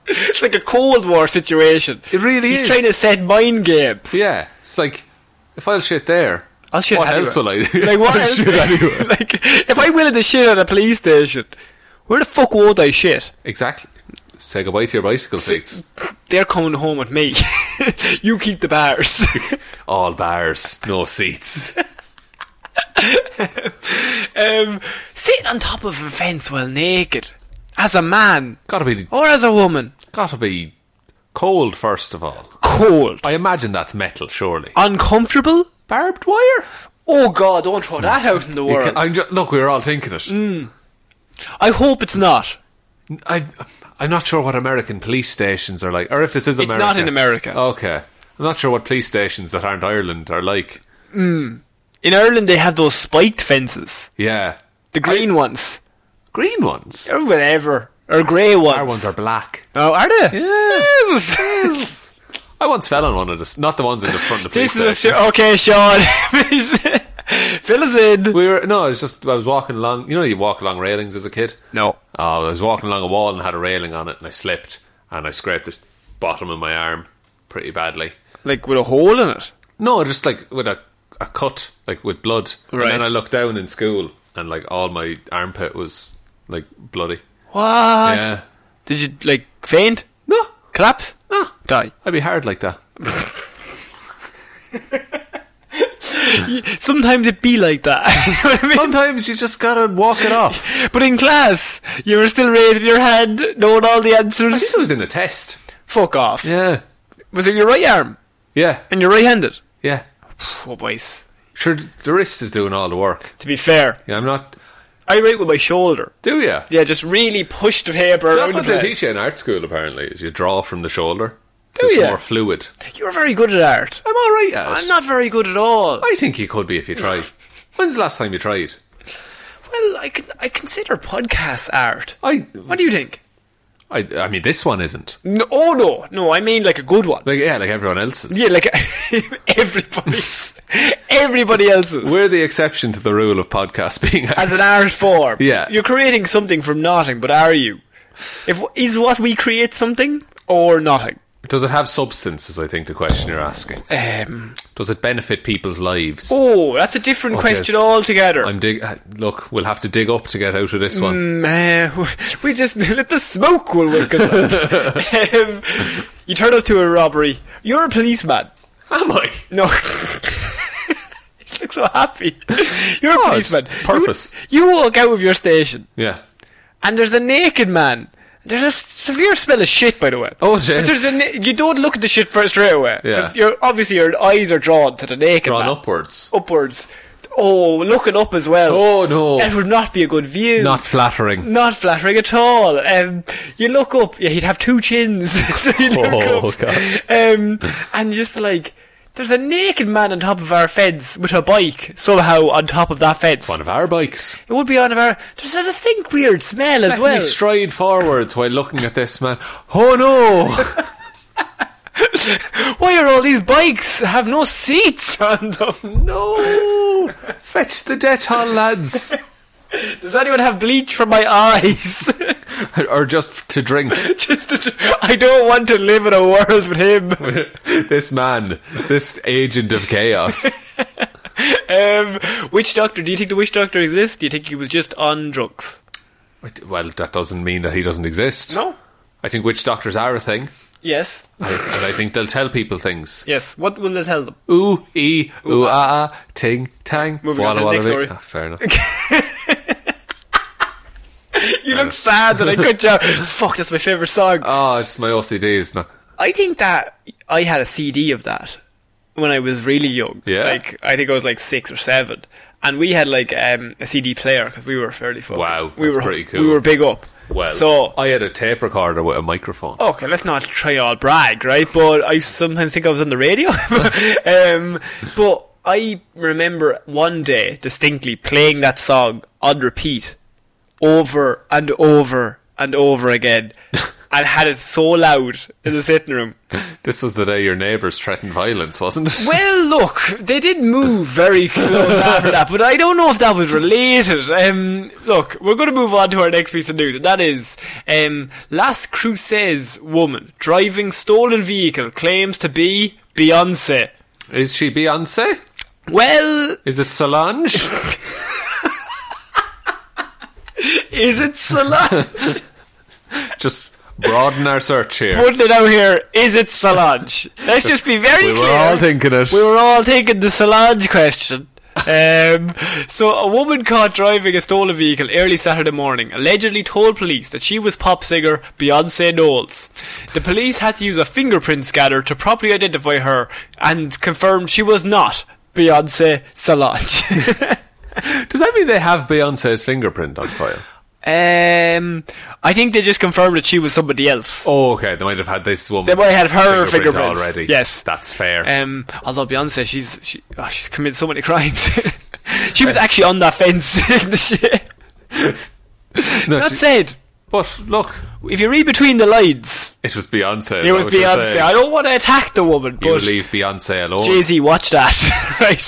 It's like a Cold War situation.
It really
He's
is.
trying to set mind games.
yeah, it's like if I'll shit there,
I'll shit
What
anywhere.
else will I? do?
(laughs) Like what
(laughs) I'll
else?
shit
(laughs)
anywhere.
like if I'm willing to shit at a police station, where the fuck won't I shit?
exactly. Say goodbye to your bicycle seats.
They're coming home with me. (laughs) you keep the bars. (laughs)
All bars, no seats.
um, sitting on top of a fence while naked, as a man
gotta be,
or as a woman,
gotta be cold first of all.
cold,
I imagine that's metal, surely.
uncomfortable.
Barbed wire.
Oh God! Don't throw that out in the
You
world.
can- I'm ju- look, we were all thinking it.
I hope it's not.
I, I'm not sure what American police stations are like, or if this is
It's
America.
not in America.
Okay, I'm not sure what police stations that aren't Ireland are like.
In Ireland, they have those spiked fences,
Yeah.
the green ones,
Green ones.
or whatever, or grey ones.
Our ones are black.
Oh, are they?
Yes. I once fell on one of the, not the ones in the front of the
(laughs)
police
This is a
station.
sh- okay, Sean. (laughs) Fill us in.
We were no, it was just I was walking along. You know, you walk along railings as a kid.
No.
Oh, I was walking along a wall and had a railing on it, and I slipped and I scraped the bottom of my arm pretty badly.
Like with a hole in it.
No, just like with a, a cut, like with blood.
Right.
And then I looked down in school, and like all my armpit was like bloody.
What?
yeah.
Did you like faint?
No,
Collapse?
no.
Die.
I'd be hard like that.
Sometimes it be like that. (laughs) You know what I mean?
Sometimes you just gotta walk it off.
(laughs)
I
But in class, you were still raising your hand, knowing all the answers.
think it was in the test.
Fuck off.
Yeah.
Was it your right arm?
Yeah.
And you're right-handed?
Yeah.
Poor boys.
Sure, the wrist is doing all the work.
To be fair,
Yeah, I'm not.
I write with my shoulder.
Do you?
Yeah, just really push the paper around
That's what
the
they
place.
teach you in art school. Apparently, is you draw from the shoulder.
Do
it's
ya?
more fluid.
You're very good at art.
I'm all right at it.
I'm not very good at all.
I think you could be if you tried. When's the last time you tried?
Well, I, con- I consider podcasts art.
I.
What do you think?
I, I mean, this one isn't.
No, oh no, no, I mean like a good one.
Like yeah, like everyone else's.
yeah, like (laughs) everybody's, (laughs) everybody else's.
We're the exception to the rule of podcasts (laughs) being art.
as an art form.
Yeah.
you're creating something from nothing, but are you? If is what we create something or nothing?
Does it have substance? Is I think the question you're asking.
Um,
Does it benefit people's lives?
oh, that's a different
Eh. Oh,
question
yes.
altogether.
I'm dig. uh, Look, we'll have to dig up to get out of this one.
Uh, (laughs) we just let the smoke will wake us (laughs) up. um, you turn up to a robbery. You're a policeman.
Am (laughs) I?
No. you look so happy. You're a
Oh, it's
policeman.
purpose.
You, you walk out of your station,
Yeah.
and there's a naked man. There's a s- severe smell of shit, by the way.
Oh, jeez.
But There's a na- you don't look at the shit first straight away.
Yeah.
'cause You're, obviously, your eyes are drawn to the naked
Drawn
man.
upwards.
Upwards. Oh, looking up as well.
Oh, no.
That would not be a good view.
Not flattering.
Not flattering at all. Um, you look up, yeah, he'd have two chins. (laughs) so you look
Oh,
up,
God.
Um, and you just be like, there's a naked man on top of our fence with a bike somehow on top of that fence.
One of our bikes.
It would be on of our. There's a distinct weird smell as
Let
well.
me stride forwards while looking at this man. Oh no!
(laughs) Why are all these bikes have no seats on them?
(laughs) No! (laughs) Fetch the Dettol, (laughs) lads!
Does anyone have bleach for my eyes? (laughs)
or just to drink.
just, to- I don't want to live in a world with him.
(laughs) this man, this agent of chaos.
(laughs) Um, witch doctor? Do you think the witch doctor exists? Do you think he was just on drugs?
Well, that doesn't mean that he doesn't exist.
No.
I think witch doctors are a thing,
Yes. (sighs)
I- and I think they'll tell people things.
Yes. What will they tell them?
Ooh, ee, ooh, ah, ah, ting, tang.
Moving on to the next
wee.
story.
Ah, fair enough.
(laughs) You look sad that I could job. (laughs) Fuck, that's my favorite song.
oh, it's just my OCD is not.
I think that I had a CD of that when I was really young.
Yeah?
Like I think I was like six or seven, and we had like um, a CD player because we were fairly fucking.
Wow,
we
that's
were
pretty cool.
We were big up.
Well,
so
I had a tape recorder with a microphone.
okay, let's not try all brag, right? But I sometimes think I was on the radio. (laughs) um, but I remember one day distinctly playing that song on repeat over and over and over again and had it so loud in the sitting room.
This was the day your neighbours threatened violence, wasn't it?
Well, look, they did move very close after that, but I don't know if that was related. Um, look, we're going to move on to our next piece of news, and that is um, Las Cruces woman driving stolen vehicle claims to be Beyonce.
(laughs) Is she Beyonce?
Well,
Is
(laughs)
it Solange?
is it
(laughs)
Solange?
Just broaden our search here.
Putting it out here, is it Solange? Let's just be very
we
clear.
were all thinking it.
We were all taking the Solange question. Um, so, a woman caught driving a stolen vehicle early Saturday morning allegedly told police that she was pop singer Beyonce Knowles. The police had to use a fingerprint scanner to properly identify her and confirmed she was not Beyonce Solange. (laughs) (laughs)
Does that mean they have Beyonce's fingerprint on file?
Um, I think they just confirmed that she was somebody else.
Oh, okay. They might have had this woman.
They might have her fingerprints.
already.
Yes.
that's fair.
Um, although Beyonce, she's she, oh, she's committed so many crimes. (laughs) she was actually on that fence. (laughs) in the shit.
No,
That
she-
said,
but look,
if you read between the lines,
it was Beyonce.
it was Beyonce. I don't want to attack the woman,
You
but
leave Beyonce alone.
Jay Z, watch that. (laughs) right.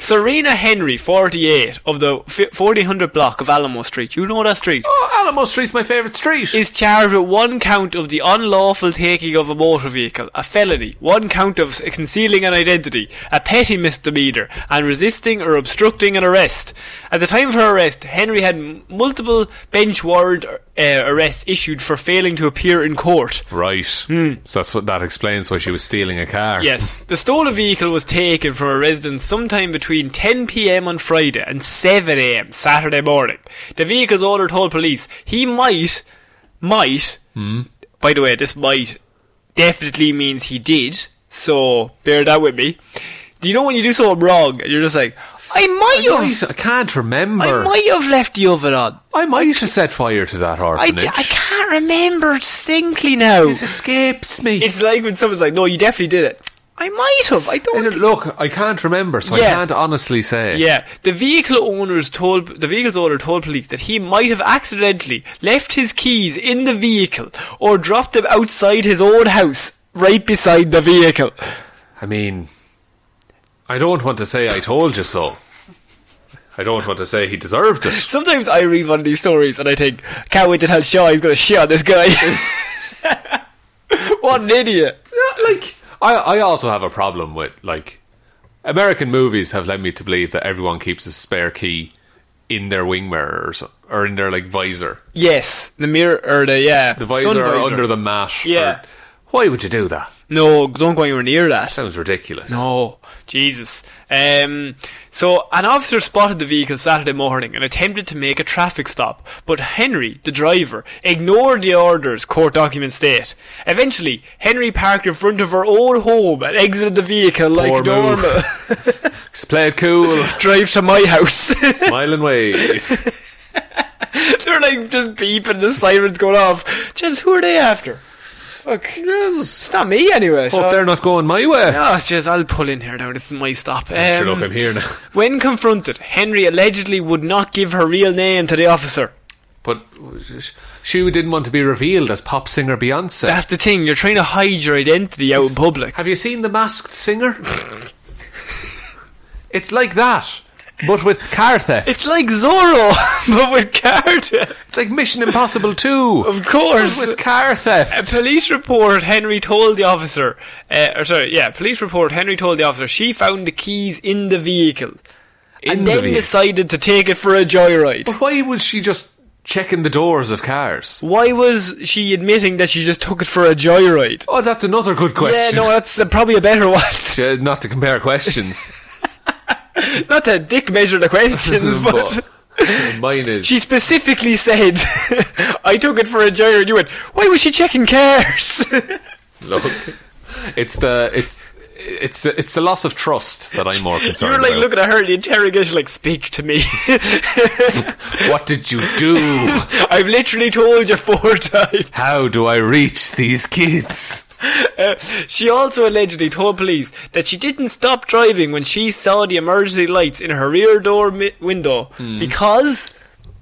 Serena Henry, 48, of the f- 1400 block of Alamo Street. You know that street.
Oh, Alamo Street's my favorite street.
Is charged with one count of the unlawful taking of a motor vehicle, a felony, one count of concealing an identity, a petty misdemeanor, and resisting or obstructing an arrest. At the time of her arrest, Henry had m- multiple bench warrant uh, arrests issued for failing to appear in court.
right. So that's what that explains why she was stealing a car.
Hmm. Yes. The stolen vehicle was taken from a residence sometime between 10 pm on Friday and 7 am Saturday morning. The vehicle's owner told police he might, might,
Hmm.
by the way, this might definitely means he did, so bear that with me. Do you know when you do something wrong and you're just like, I might
I,
have.
might- I can't remember.
I might have left the oven on.
I might have set fire to that
I,
orphanage.
d- I can't remember distinctly now.
(laughs) It escapes me.
It's like when someone's like, "No, you definitely did it." I might have. I don't.
It- Look, I can't remember, so I
Yeah.
can't honestly say.
Yeah, the vehicle owners told the vehicle's owner told police that he might have accidentally left his keys in the vehicle or dropped them outside his own house right beside the vehicle.
I mean, I don't want to say I told you so. I don't want to say he deserved it.
Sometimes I read one of these stories and I think, can't wait to tell Shaw he's gonna shit on this guy. (laughs) what an idiot!
Yeah, like I, I also have a problem with like American movies have led me to believe that everyone keeps a spare key in their wing mirror or, so, or in their like visor,
Yes, the mirror or the yeah,
the visor,
sun
or under the mat. or-
Yeah.
why would you do that?
No, don't go anywhere near that.
Sounds ridiculous.
No, Jesus. Um, so, an officer spotted the vehicle Saturday morning and attempted to make a traffic stop, but Henry, the driver, ignored the orders, court documents state. Eventually, Henry parked in front of her own home and exited the vehicle like
Poor move.
normal. (laughs)
(laughs) Just play it cool,
Drive to my house. (laughs)
smile and wave.
They're like just beeping, the sirens going off. Just who are they after? Fuck. It's not me anyway. so-
Hope they're not going my way.
Oh, jeez, I'll pull in here now. This is my stop.
Sure,
Um,
look, I'm here now.
When confronted, Henry allegedly would not give her real name to the officer.
But she didn't want to be revealed as pop singer Beyonce.
That's the thing, you're trying to hide your identity out in public.
Have you seen The Masked Singer? it's like that, but with car theft.
It's like Zorro, (laughs) but with Carter.
It's like Mission Impossible 2.
Of course.
But with car
A
theft.
police report Henry told the officer, uh, or sorry, yeah, police report Henry told the officer she found the keys in the vehicle
In
and
the
then
vehicle.
decided to take it for a joyride.
But why was she just checking the doors of cars?
Why was she admitting that she just took it for a joyride?
Oh, that's another good
Yeah,
question.
no,
(laughs)
that's uh, probably a better (laughs) one.
Uh, Not to compare (laughs) questions.
Not to dick measure the questions, (laughs) but
mine is.
She specifically said, (laughs) I took it for a gyro, and you went, why was she checking (laughs) cars?
Look, it's the. It's. It's it's the loss of trust that I'm more
you
concerned
were like
about.
looking at her in the interrogation, like, speak to me. (laughs)
what did you (laughs) do?
I've literally told you four (laughs) times.
How do I reach these kids?
Uh, she also allegedly told police that she didn't stop driving when she saw the emergency lights in her rear door mi- window
Hmm.
because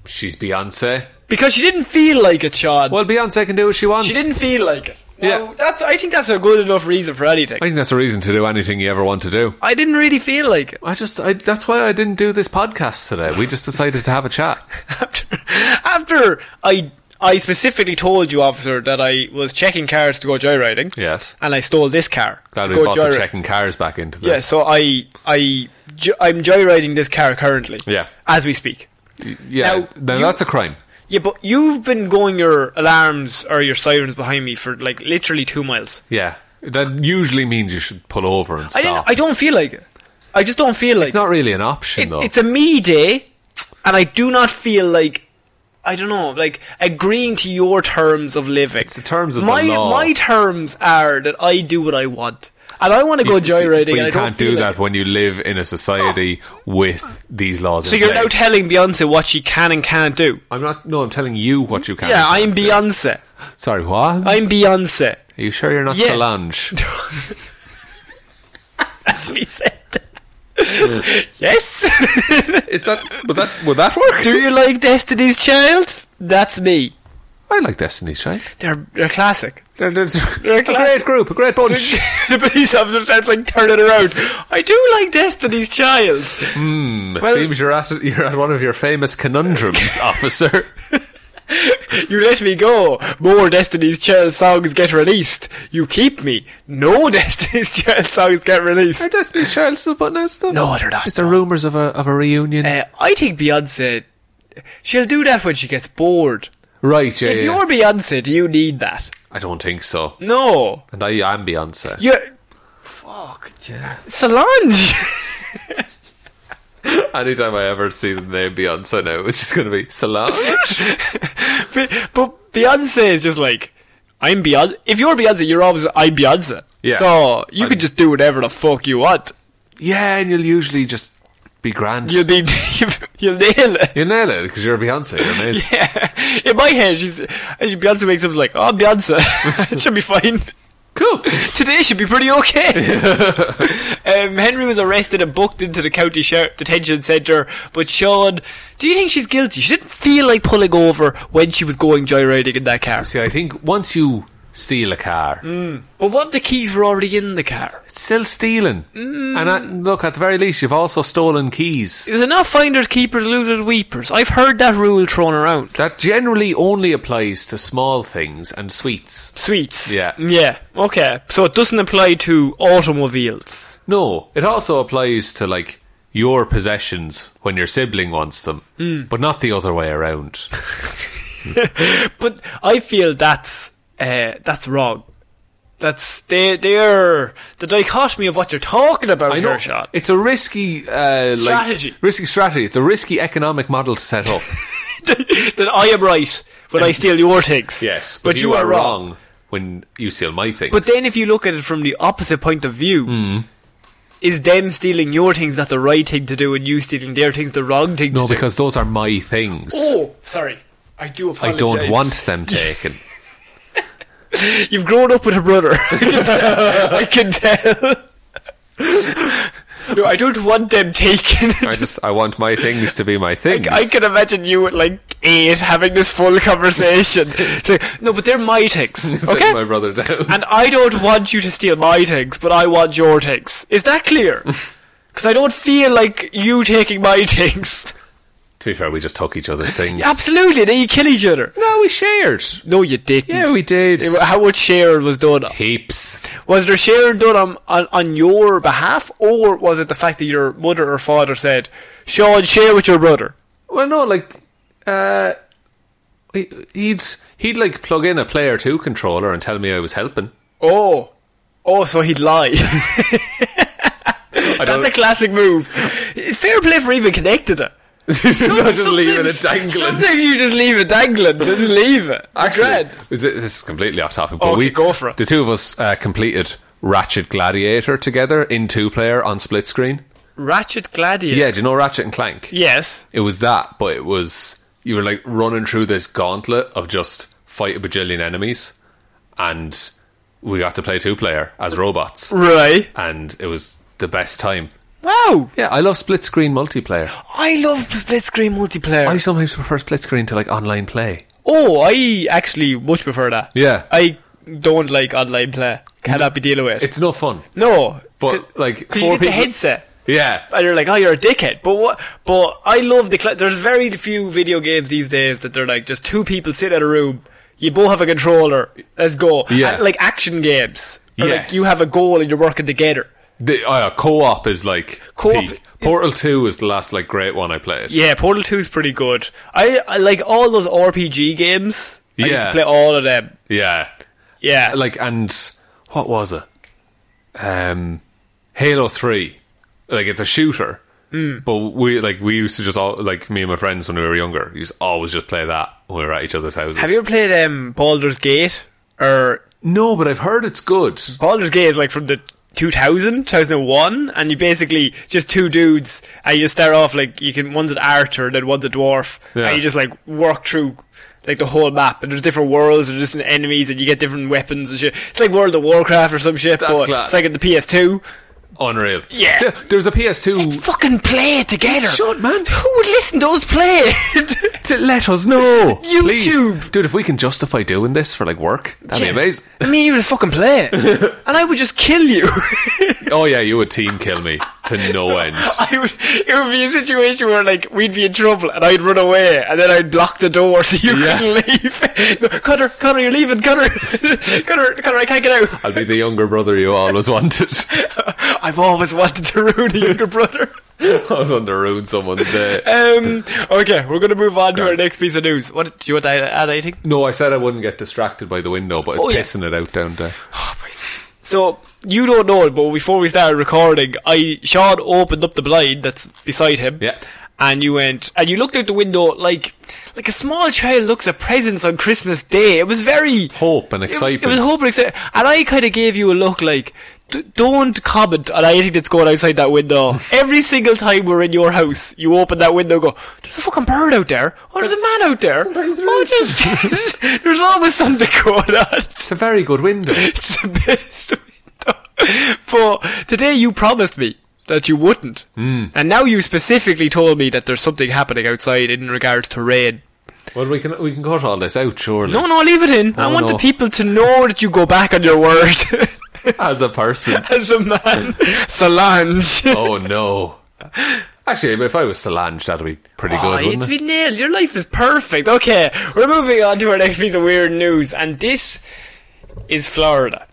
She's Beyonce.
because she didn't feel like it, Sean.
Well, Beyonce can do what she wants.
She didn't feel like it. Now,
Yeah.
that's I think that's a good enough reason for anything.
I think that's a reason to do anything you ever want to do.
I didn't really feel like it.
I just, I, that's why I didn't do this podcast today. We just decided to have a chat.
after, after I I specifically told you, officer, that I was checking cars to go joyriding.
(laughs) Yes.
And I stole this car
Glad
to
we
go
bought the
joyri-
checking cars back into
Yeah,
this.
so I I jo- I'm joyriding this car currently.
Yeah.
As we speak.
Yeah,
now,
now,
you-
that's a crime.
Yeah, but you've been going your alarms or your sirens behind me for like literally two miles.
Yeah. That usually means you should pull over and
I didn't,
stop.
I don't feel like it. I just don't feel like
it's not really an option, though.
It- It's a me day, and I do not feel like I don't know, like agreeing to your terms of living. It's
the terms of the
my
law.
my terms are that I do what I want. And I want to go
You-
joyriding. and
But you
I don't
can't do
feel like
that when you live in a society with these laws.
So
in
you're now
place.
telling Beyonce what she can and can't do.
I'm not. No, I'm telling you what you can.
Yeah, I'm
and can't
Beyonce.
do. Sorry, what?
I'm Beyonce. (laughs)
Are you sure you're not
Yeah.
Solange?
That's what he said. yes. (laughs)
(laughs) Is that would that would that work? (laughs)
do you like Destiny's Child? That's me.
I like Destiny's Child.
They're they're classic.
They're, (laughs) they're,
They're
a great group, a great bunch.
(laughs) the police officer starts like turning around. I do like Destiny's Child.
Hmm,
well-
(laughs) Seems you're at you're at one of your famous (laughs) conundrums, officer.
You let me go. More Destiny's Child songs get released. You keep me. No (laughs) Destiny's Child songs get released.
Destiny's Child still putting out stuff?
No, they're not.
Is there rumours of a of a reunion?
Uh, I think Beyonce. She'll do that when she gets bored.
right, yeah.
If
yeah.
you're Beyonce, do you need that?
I don't think so.
No.
And I am Beyonce.
You're. Fuck. Solange! (laughs)
Anytime I ever see the name Beyonce now, it's just going to be Solange. (laughs)
but, but Beyonce is just like. I'm Beyonce. If you're Beyonce, you're always I'm Beyonce.
Yeah.
So you
I'm-
can just do whatever the fuck you want.
yeah, and you'll usually just be grand.
You'll (laughs)
You
be you'll (laughs) nail it.
nail it because you're Beyonce. You're amazing.
In my head, she's Beyonce wakes up like, oh Beyonce, (laughs) should be fine.
(laughs) Cool.
Today should be pretty okay. um, Henry was arrested and booked into the county sheriff detention centre. But Sean, do you think she's guilty? She didn't feel like pulling over when she was going joyriding in that car.
See, I think once you steal a car,
But what if the keys were already in the car?
it's still stealing.
Mm.
And at, look, at the very least, you've also stolen keys.
Is it not finders keepers, losers weepers? I've heard that rule thrown around.
That generally only applies to small things and sweets.
Sweets.
Yeah.
Yeah. Okay. So it doesn't apply to automobiles.
No, it also applies to like your possessions when your sibling wants them,
Mm.
but not the other way around.
But I feel that's uh, that's wrong. That's they they're the dichotomy of what you're talking about.
I know
here, Sean.
it's a risky uh, like-
Strategy.
risky strategy. It's a risky economic model to
(laughs)
set up.
that I am right when I steal your things.
but, you, are wrong. when you steal my things.
But then, if you look at it from the opposite point of view,
Hmm.
is them stealing your things not the right thing to do, and you stealing their things the wrong thing
no,
to do?
because those are my things.
oh, sorry, I do
I
apologize. (laughs)
don't want them taken.
You've grown up with a brother. (laughs) I can (laughs) tell. no, I don't want them (laughs) taken.
I just I want my things to be my things.
(laughs) I can imagine you at like eight having this full conversation. (laughs) It's like, no, but they're my
(laughs)
things,
Set
okay?
my brother
(laughs)
down.
and I don't want you to steal my things, but I want your things. Is that (laughs) clear? Because I don't feel like you taking my (laughs) things.
(laughs) to be fair, we just took each other's things.
Absolutely, then you kill each other.
No, we shared.
No, you didn't.
Yeah, we did.
It- How much sharing was done?
Heaps.
Was there sharing done on, on, on your behalf, or was it the fact that your mother or father said, Sean, share with your brother?
Well, no, like uh, he- he'd he'd like plug in a player two controller and tell me I was helping.
Oh. Oh, so he'd (laughs) lie. That's
(laughs)
a classic move. Fair play for even connecting it.
Not just leaving it
Sometimes-
dangling.
Sometimes you just leave it dangling. Just leave it.
Actually,
Dread.
this is completely off topic, but
Okay,
we
go for it.
The two of us uh, completed Ratchet Gladiator together in two player on split screen.
Ratchet Gladiator.
Yeah, do you know Ratchet and Clank?
Yes.
It was that, but it was you were like running through this gauntlet of just fight a bajillion enemies, and we got to play two player as robots,
Right.
and it was the best time.
Wow.
Yeah, I love split screen multiplayer.
I love split screen multiplayer.
I sometimes prefer split screen to like online play.
oh, I actually much prefer that.
Yeah. Mm.
I don't like online play. Cannot be dealing with.
It's no fun.
no.
But like
Because you
four
get the
people.
headset.
Yeah.
and you're like, oh, you're a dickhead. But what? But I love the. Cl- there's very few video games these days that they're like just two people sit in a room. You both have a controller. Let's go.
Yeah.
And, like action games. Or, Like
Yes.
you have a goal and you're working together.
The uh, co-op is like
Co-op-
peak. Portal Two is the last like great one I played.
Yeah, Portal Two is pretty good. I, I like all those RPG games. I used to
Yeah.
play all of them.
Yeah.
Yeah.
Like and what was it? Um, Halo Three. Like it's a shooter.
Hmm.
But we like we used to just all like me and my friends when we were younger. used to always just play that when we were at each other's houses.
have you ever played um, Baldur's Gate or
No, but I've heard it's good.
Baldur's Gate is like from the 2000, 2001, and you basically just two dudes, and you just start off like you can one's an archer, then one's a dwarf,
Yeah.
and you just like work through like the whole map. And there's different worlds, and there's different enemies, and you get different weapons and shit. It's like World of Warcraft or some shit,
That's
but
class.
it's like in the PS2.
Unreal.
Yeah.
There was a PS2.
Fucking play it together.
Should, man.
Who would listen to us play it? (laughs)
(laughs) to let us know. Please.
YouTube.
Dude, if we can justify doing this for like work, that'd be amazing.
I mean, you would fucking play it,
(laughs)
and I would just kill you. (laughs)
Oh, yeah, you would team kill me to
(laughs)
no end.
I would, it would be a situation where like we'd be in trouble, and I'd run away, and then I'd block the door (laughs) so you
Yeah.
couldn't leave. No, Connor, Connor, you're leaving, Connor, (laughs) Connor, Connor, I can't get out. (laughs)
I'll be the younger brother you always wanted. (laughs)
I've always wanted to ruin a younger brother. (laughs)
I was on the ruin someone's day.
Um, okay, we're gonna move on to our next piece of news. What do you want to add anything?
No, I said I wouldn't get distracted by the window, but it's
Oh, yeah.
pissing it out down there.
So you don't know it, but before we started recording, I Sean opened up the blind that's beside him.
Yeah.
And you went and you looked out the window like like a small child looks at presents on Christmas Day. It was very
Hope and
it-
excitement.
It, was hope and excitement. And I kind of gave you a look like. "D- Don't comment on anything that's going outside that window.
(laughs)
Every single time we're in your house, you open that window and go, There's a fucking bird out there. Oh, there's a man out there. Oh, there's, (laughs) there's always something (laughs) going on
It's a very good window.
it's the best window. But today you promised me that you wouldn't.
Hmm.
Mm. And now you specifically told me that there's something happening outside in regards to rain.
(laughs) Well, we can we can cut all this out, surely.
No, no, leave it in. I
Oh,
want
no.
the people to know that you go back on your word. (laughs)
As a (laughs) person.
As a man. Solange.
oh, no. Actually, if I was Solange, that'd be pretty
Oh,
good, wouldn't
you'd
it?
be nailed. Your life is perfect. Okay, we're moving on to our next piece of weird news, and this is Florida.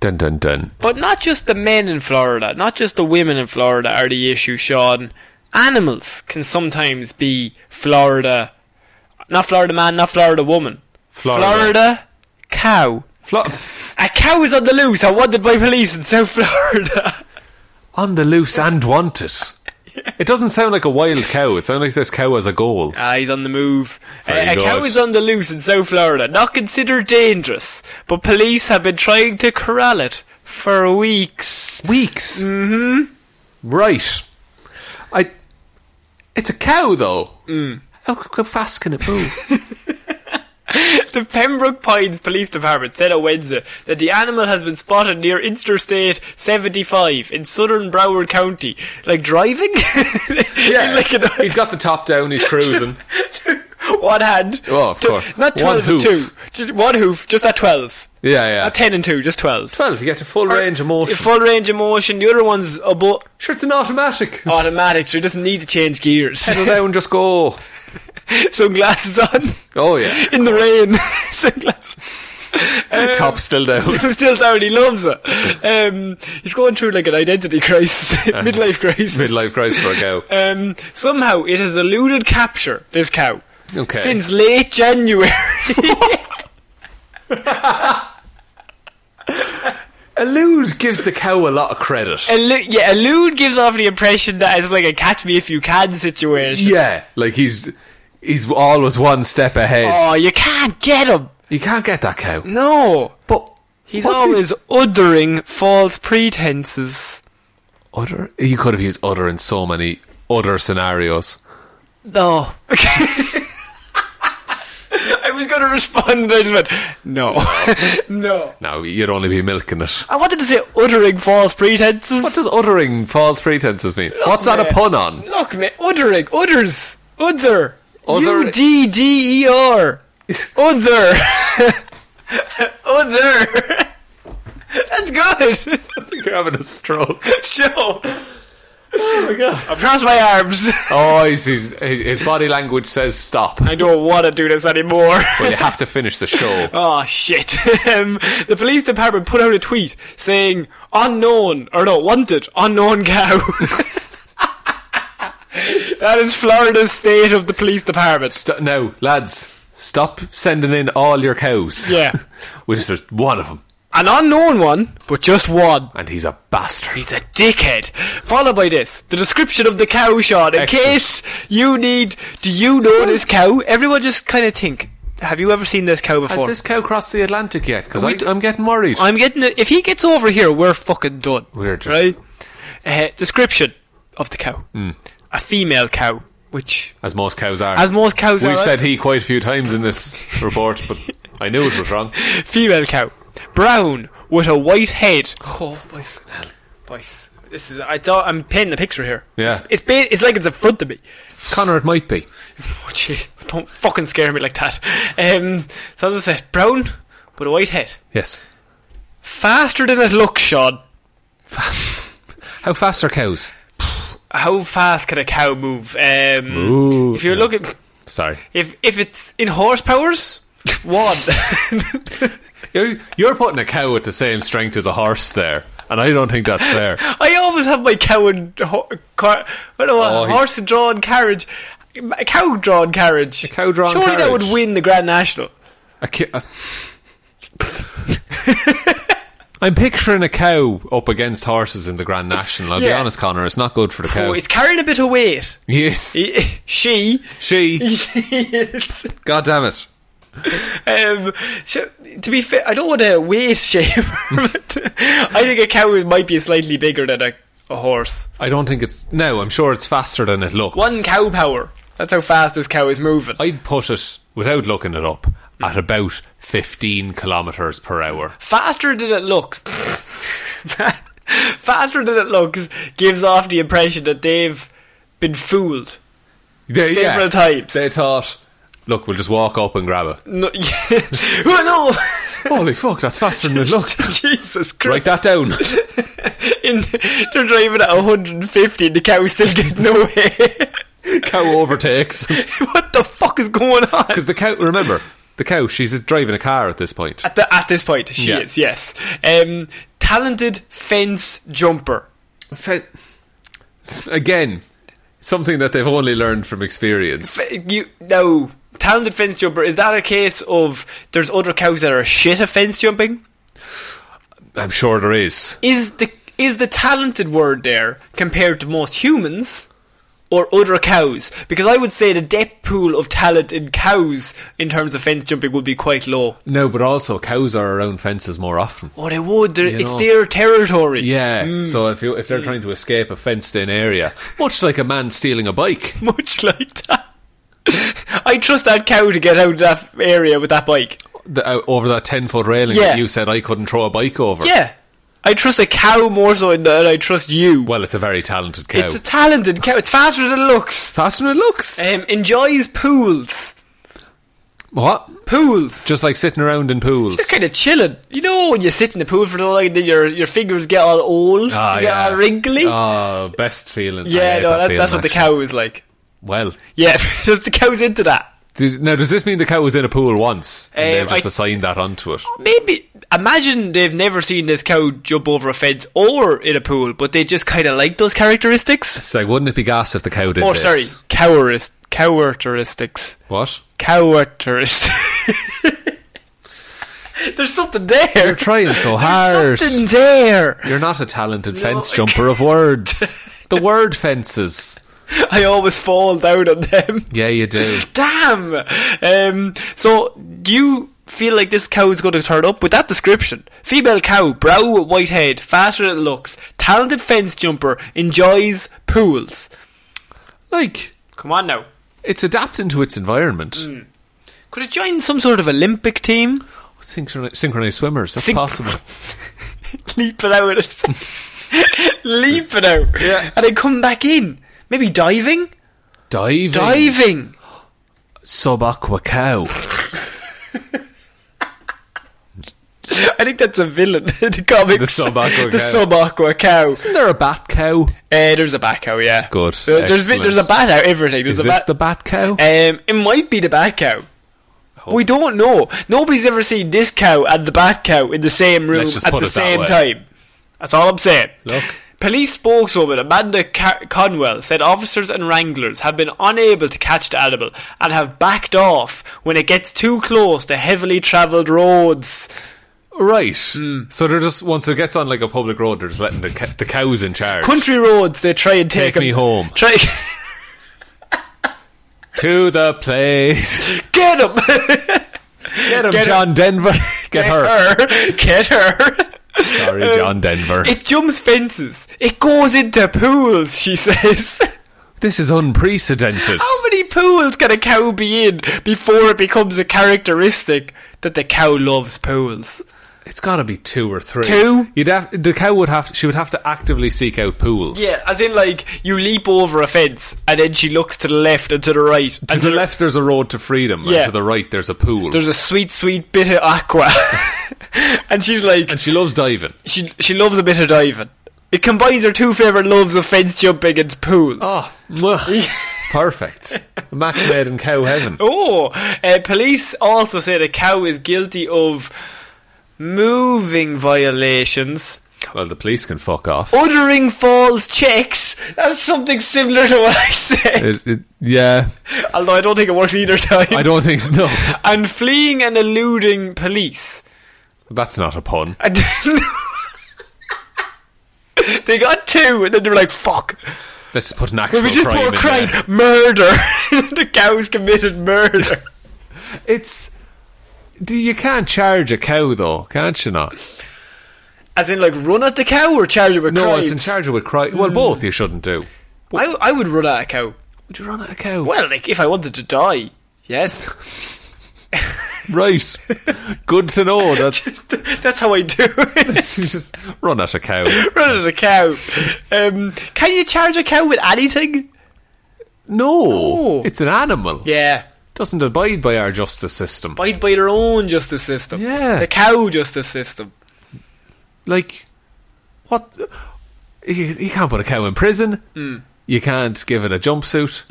Dun, dun, dun.
But not just the men in Florida, not just the women in Florida are the issue, Sean. Animals can sometimes be Florida, not Florida man, not Florida woman.
Florida.
Florida cow. A cow is on the loose and wanted by police in South Florida.
(laughs) on the loose and (laughs) wanted. It doesn't sound like a wild cow. It sounds like this cow has a goal.
Ah, he's on the move.
Very
a a
good.
cow is on the loose in South Florida, not considered dangerous, but police have been trying to corral it for weeks.
Weeks. Mm-hmm. Right. I. It's a cow, though. How, how fast can it (laughs) move?
The Pembroke Pines Police Department said on Wednesday that the animal has been spotted near Interstate 75 in southern Broward County. Like driving? (laughs) In like an,
he's got the top down. (laughs) He's cruising.
one hand.
Oh, of
Two-
course.
Not
One
12 and
hoof.
2. Just one hoof, just at 12.
Yeah, yeah.
At 10 and 2, just 12.
Twelve. You get a full range of motion.
Full range of motion. The other one's about
sure, it's an automatic.
Oh.
(laughs)
automatic, so it doesn't need to change gears.
Pedal down, just go.
Sunglasses on.
Oh yeah.
(laughs) in the rain. Sunglasses.
top still
(laughs)
down. (laughs)
Still down, he loves it. Um, he's going through like an identity (laughs) crisis, midlife crisis.
Midlife crisis for a cow.
(laughs) Um, somehow it has eluded capture, this cow.
Okay.
Since late January. (laughs)
Elude gives the cow a lot of credit.
Elu- yeah, elude gives off the impression that it's like a catch me if you can situation.
Yeah, like he's he's always one step ahead.
Oh, you can't get him.
You can't get that cow.
No.
But
He's
what's
always
he-
uttering false pretenses.
utter. You could have used utter in so many other scenarios.
No. (laughs) I was going to respond, and I just went, no. (laughs) no.
Now you'd only be milking it.
I wanted to say uttering false pretenses.
What does uttering false pretenses mean?
Oh,
What's that a
man. (laughs)
pun on?
Look, man, uttering, utters, other.
Other-
E U-D-D-E-R. (laughs) Other. other. That's good.
I think you're having a stroke.
Show. Oh my god. I've crossed my arms.
Oh, he's, he's, his his body language
(laughs)
says stop.
I don't want to do this anymore.
But you have to finish the show.
(laughs) Oh shit! um, the police department put out a tweet saying "unknown" or no "wanted unknown cow." (laughs) that is Florida's state of the police department.
St- now, lads, stop sending in all your cows.
Yeah,
(laughs) Which there's one of them,
an unknown one, but just one.
and he's a bastard.
He's a dickhead. Followed by this, the description of the cow, Sean. In
Excellent.
case you need, do you know this cow? Everyone just kind of think. have you ever seen this cow
Has
before?
this cow crossed the Atlantic yet? Because
We d-
I'm getting worried.
I'm getting it. If he gets over here, we're fucking done.
We're just- Hmm.
right. Uh, description of the cow: a female cow, which
as most cows are.
as most cows
We've
are,
said he quite a few times in this report, but I knew it was (laughs) wrong.
female cow, brown with a white head. Oh, boys, boys, this is. I thought I'm painting the picture here.
Yeah.
it's it's, ba- it's like it's in front of me.
Connor, it might be.
Oh jeez, don't fucking scare me like that. Um, so as I said, brown with a white head,
Yes.
faster than it looks, Sean.
How fast are cows?
How fast can a cow move? Um,
Ooh.
if you're looking.
Sorry.
If if it's in horsepowers, one.
You- You're putting a cow at the same strength as a horse there, and I don't think that's (laughs) fair.
(laughs) I always have my cow and ho- car. What do I-
Oh, he's-
horse drawn carriage. A cow drawn carriage. A
cow-drawn
Surely that would
carriage.
win the Grand National.
A ki- a- I'm picturing a cow up against horses in the Grand National. I'll be
Yeah.
honest, Connor, it's not good for the cow.
Oh, it's carrying a bit of weight.
(laughs)
(laughs)
yes.
I- She
she.
is.
God damn it.
Um, so, to be fair, I don't want to weight shame. (laughs) but I think a cow is- might be slightly bigger than a, a horse.
I don't think it's. No, I'm sure it's faster than it looks.
One cow power. That's how fast this cow is moving.
I'd put it, without looking it up, at about 15 kilometres per hour.
faster than it looks. (laughs) faster than it looks gives off the impression that they've been fooled.
They-
Several times.
They thought, look, we'll just walk up and grab
(laughs)
it.
No, oh no! (laughs)
Holy fuck, that's faster than it looks.
Jesus Christ!
Write that down.
(laughs) In, they're driving at 150 and the cow's still getting away.
cow overtakes.
(laughs) what the fuck is going on?
Because the cow, remember, the cow, she's driving a car at this point.
At, the, at this point, she
Yeah.
is, yes. Um, talented fence jumper. Uh,
Again, something that they've only learned from experience.
You no talented fence jumper. Is that a case of there's other cows that are shit at fence jumping?
I'm sure there is.
Is the is the talented word there compared to most humans or other cows? Because I would say the depth pool of talent in cows in terms of fence jumping would be quite low.
No, but also, cows are around fences more often.
Oh, they would. They're,
You
it's
know.
their territory.
Yeah,
Mm.
so if, you, if they're trying to escape a fenced in area, much like a man stealing a bike,
(laughs) much like that. (laughs) I trust that cow to get out of that area with that bike.
the, uh, over that 10 foot railing
Yeah.
that you said I couldn't throw a bike over.
Yeah, I trust a cow more so than I trust you.
Well, it's a very talented cow.
It's a talented cow. It's faster than it looks.
Faster than it looks.
Um, enjoys pools.
what?
Pools. Just,
Just like sitting around in pools.
kind of chilling. You know when you sit in the pool for the long, then your your fingers get all old,
Ah,
you get all wrinkly.
Ah, best feeling. I
yeah,
hate
no,
that
that,
feeling,
that's what the
actually.
cow is like.
Well,
Yeah, (laughs) just the cow's into that.
did, now does this mean the cow was in a pool once and
Um,
they've just
I-
assigned that onto it?
Maybe imagine they've never seen this cow jump over a fence or in a pool, but they just kind of like those characteristics.
So wouldn't it be gas if the cow did
Or
this?
Oh, sorry, cowerist, characteristics,
What?
characteristics. (laughs) There's something there.
You're trying so hard.
There's something there.
You're not a talented fence
I
jumper
(laughs)
of words. the word fences.
I always fall down on them.
Yeah, you do.
(laughs) Damn. Um, so do you feel like this cow is going to turn up with that description? Female cow, brow with white head, faster than it looks, talented fence jumper, enjoys pools.
Like,
Come on now.
it's adapting to its environment.
Hmm. Could it join some sort of Olympic team?
Synchroni- synchronized swimmers, that's
Synch-
possible.
(laughs) Leap it (laughs) out. Leap it out. Yeah. And then come back in. Maybe diving?
Diving.
Diving.
Subaqua
(laughs)
cow.
I think that's a villain (laughs) in the comics.
The
(laughs)
sub-aqua
The
cow.
sub-aqua cow.
Isn't there a bat cow?
Uh, there's a bat cow, yeah.
Good,
Uh, there's
excellent.
there's a bat out everything. There's
Is
a
this
bat.
the bat cow?
um, it might be the bat cow. We don't know. Nobody's ever seen this cow and the bat cow in the same room
just
at
put
the
it that
same
way.
time. That's all I'm saying.
Look.
Police spokeswoman Amanda Ca Conwell said officers and wranglers have been unable to catch the animal and have backed off when it gets too close to heavily travelled roads.
Right.
Hmm.
So they're just once it gets on like a public road, they're just letting the, ca- the cows in charge.
Country roads, they try and take,
Take me
him-
home.
Try (laughs)
to the place.
get him.
Get him,
(laughs) Get her-
John Denver. Get, her.
(laughs) Get her.
Sorry, John Denver.
It jumps fences. It goes into pools, she (laughs) says.
this is unprecedented.
How many pools can a cow be in before it becomes a characteristic that the cow loves pools?
It's got to be two or three.
Two?
You'd have the cow would have she would have to actively seek out pools.
Yeah, as in like you leap over a fence and then she looks to the left and to the right.
To
and
the left, there's a road to freedom.
Yeah.
And to the right, there's a pool.
there's a sweet, sweet bit of aqua. (laughs) and she's like
and she loves diving.
she she loves a bit of diving. It combines her two favourite loves of fence jumping and pools.
Oh,
(laughs)
perfect. A match made in cow heaven.
Oh, uh, police also say the cow is guilty of moving violations,
Well, the police can fuck off.
uttering false checks. That's something similar to what I said,
Is it- yeah,
(laughs) although I don't think it works either (laughs) time.
I don't think no.
and fleeing and eluding police.
That's not a pun.
And then- (laughs) they got two, and then they were like, "Fuck."
Let's just put an actual
Well, we just
crime
put a
in
crime,
there.
murder. (laughs) the cow's committed
(laughs)
murder.
It's do- you can't charge a cow though, can't you? Not.
As in, like, run at the cow or charge it with
No,
crimes?
it's in charge with crime. Well, both you shouldn't do.
I, I would run at a cow.
Would you run at a cow?
Well, like if I wanted to die, yes, (laughs)
(laughs) Right. Good to know. That's
that's how I do it. (laughs)
(laughs) just run at a cow.
Run at a cow. Um, can you charge a cow with anything?
No,
No.
it's an animal.
Yeah,
Doesn't abide by our justice system.
bite by their own justice system.
Yeah.
the cow justice system. (laughs)
like, what? You, you can't put a cow in prison. You can't give it a jumpsuit.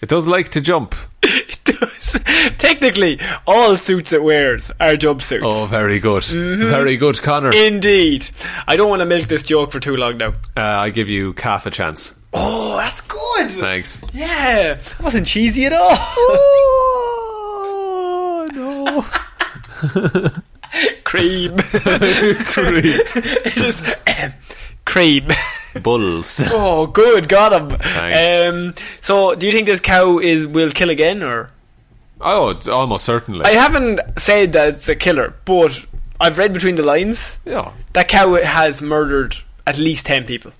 it does like to jump.
It does. Technically, all suits it wears are jumpsuits.
Oh, very good, very good, Connor.
Indeed. I don't want to milk this joke for too long now.
uh, I give you calf a chance.
Oh, that's good. (laughs)
Thanks.
Yeah, that wasn't cheesy at all.
Oh no!
(laughs) Cream. (laughs) Just cream. (laughs)
Bulls.
Oh, good, got him.
Nice.
Um, so, do you think this cow is will kill again, or
Oh, it's almost certainly.
I haven't said that it's a killer, but I've read between the lines
yeah.
that cow has murdered at least ten people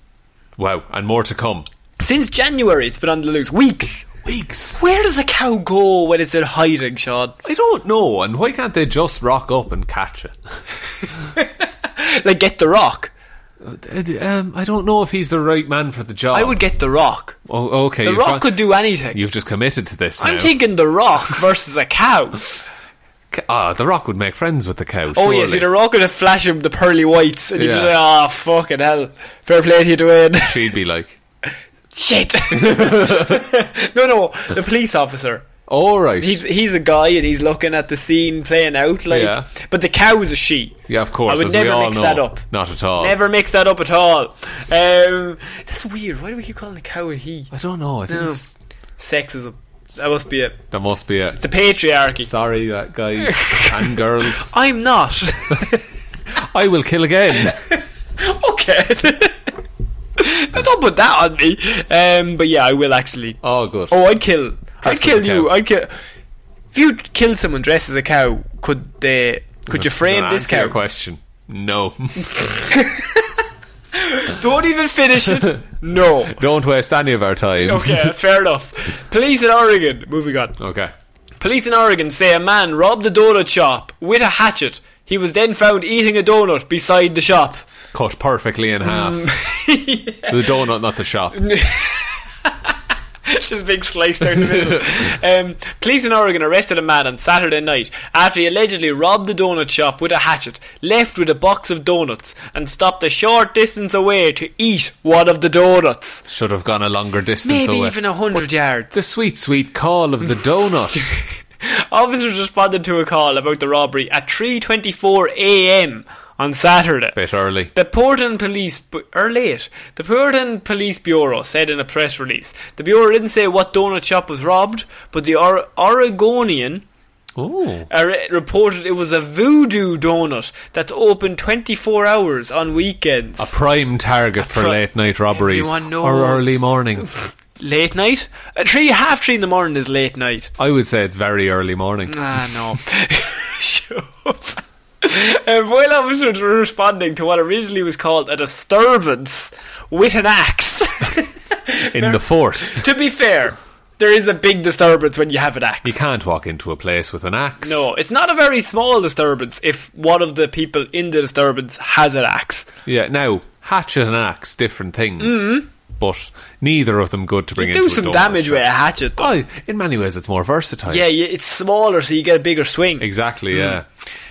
Wow, and more to come.
since January. It's been on the loose weeks.
Weeks.
Where does a cow go when it's in hiding, Sean?
I don't know, and why can't they just rock up and catch it?
Like get the rock.
Um, I don't know if he's the right man for the job.
I would get the rock.
Oh, okay.
The
you've
rock
gone-
could do anything.
You've just committed to this.
I'm
now.
thinking the
(laughs)
rock versus a cow.
Ah, the rock would make friends with the cow.
Oh yeah, see
surely.
the rock would have flashed him the pearly whites, and he'd
Yeah.
be like, "Ah, fucking hell, fair play to you, Dwayne." (laughs)
She'd be like,
shit. (laughs) no, no, the police officer.
"All right,
He's he's a guy and he's looking at the scene playing out like.
Yeah.
But the cow is a she.
yeah, of course."
I would
as we
never
all
mix
know,
that up.
Not at all.
Never mix that up at all. Um, that's weird. Why do we keep calling the cow a he?
I don't know. I think
No.
it's-
Sexism. That must be it.
that must be it.
The patriarchy.
Sorry, that
(laughs)
guys and girls.
I'm
(laughs)
not. (laughs)
I will kill again.
okay. (laughs) Don't put that on me. Um, but yeah, I will actually.
(laughs) Oh, good.
Oh, I'd kill. I'd
Dressed
kill
as a
you.
cow.
I'd kill. If you killed someone dressed as a cow, could they? Could you frame
Gonna
this
answer your
cow?
question. No, (laughs)
Don't even finish (laughs) it. No.
don't waste any of our time.
Okay, that's fair enough. Police in Oregon. Moving on.
(laughs) Okay.
Police in Oregon say a man robbed a donut shop with a hatchet. He was then found eating a donut beside the shop. (laughs)
Cut perfectly in half.
Mm.
The donut, not the shop.
Just a big slice down the (laughs) middle. um, police in Oregon arrested a man on Saturday night after he allegedly robbed the donut shop with a hatchet, left with a box of donuts, and stopped a short distance away to eat one of the donuts.
Should have gone a longer distance
Maybe
away.
even a hundred yards.
the sweet, sweet call of
(laughs)
the donut.
Officers responded to a call about the robbery at 3:24 a.m. on Saturday.
Bit early.
The Portland Police Bu- or late. The Portland Police Bureau said in a press release. The bureau didn't say what donut shop was robbed, but the or- Oregonian
Oh.
are- reported it was a voodoo donut that's open 24 hours on weekends.
A prime target for
pri-
late night robberies
Everyone
or
knows.
early morning.
late night. Uh, three half three in the morning is late night.
I would say it's very early morning.
Ah, no. Shut up. Uh, while officers were responding to what originally was called a disturbance with an axe. (laughs)
In the force.
to be fair, there is a big disturbance when you have an axe.
You can't walk into a place with an axe.
No, it's not a very small disturbance if one of the people in the disturbance has an axe.
Yeah, now, hatchet and axe, different things. But neither of them good to bring
Mm-hmm. You
into
do
a
some
door.
damage with a hatchet, though.
Oh, in many ways, it's more versatile. Hmm.
Yeah, yeah, it's smaller, so you get a bigger swing.
Exactly, yeah.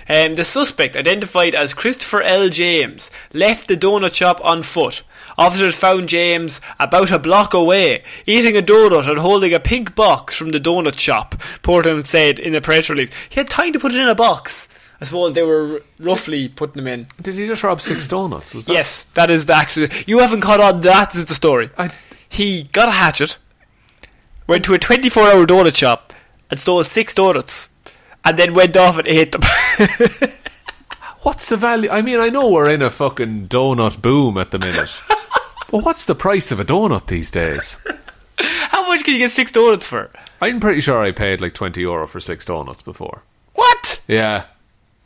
Um, the suspect, identified as Christopher L. James, left the donut shop on foot. Officers found James about a block away, eating a donut and holding a pink box from the donut shop, Portland said in a press release. He had time to put it in a box. I suppose they were roughly putting them in.
Did he just rob six donuts? Was that?
yes, that is the actual. You haven't caught on, that is the story.
I-
he got a hatchet, went to a 24 hour donut shop, and stole six donuts, and then went off and ate them. (laughs)
What's the value? I mean, I know we're in a fucking donut boom at the
(laughs)
minute. but what's the price of a donut these days?
How much can you get six donuts for?
I'm pretty sure I paid like 20 euro for six donuts before.
What?
Yeah,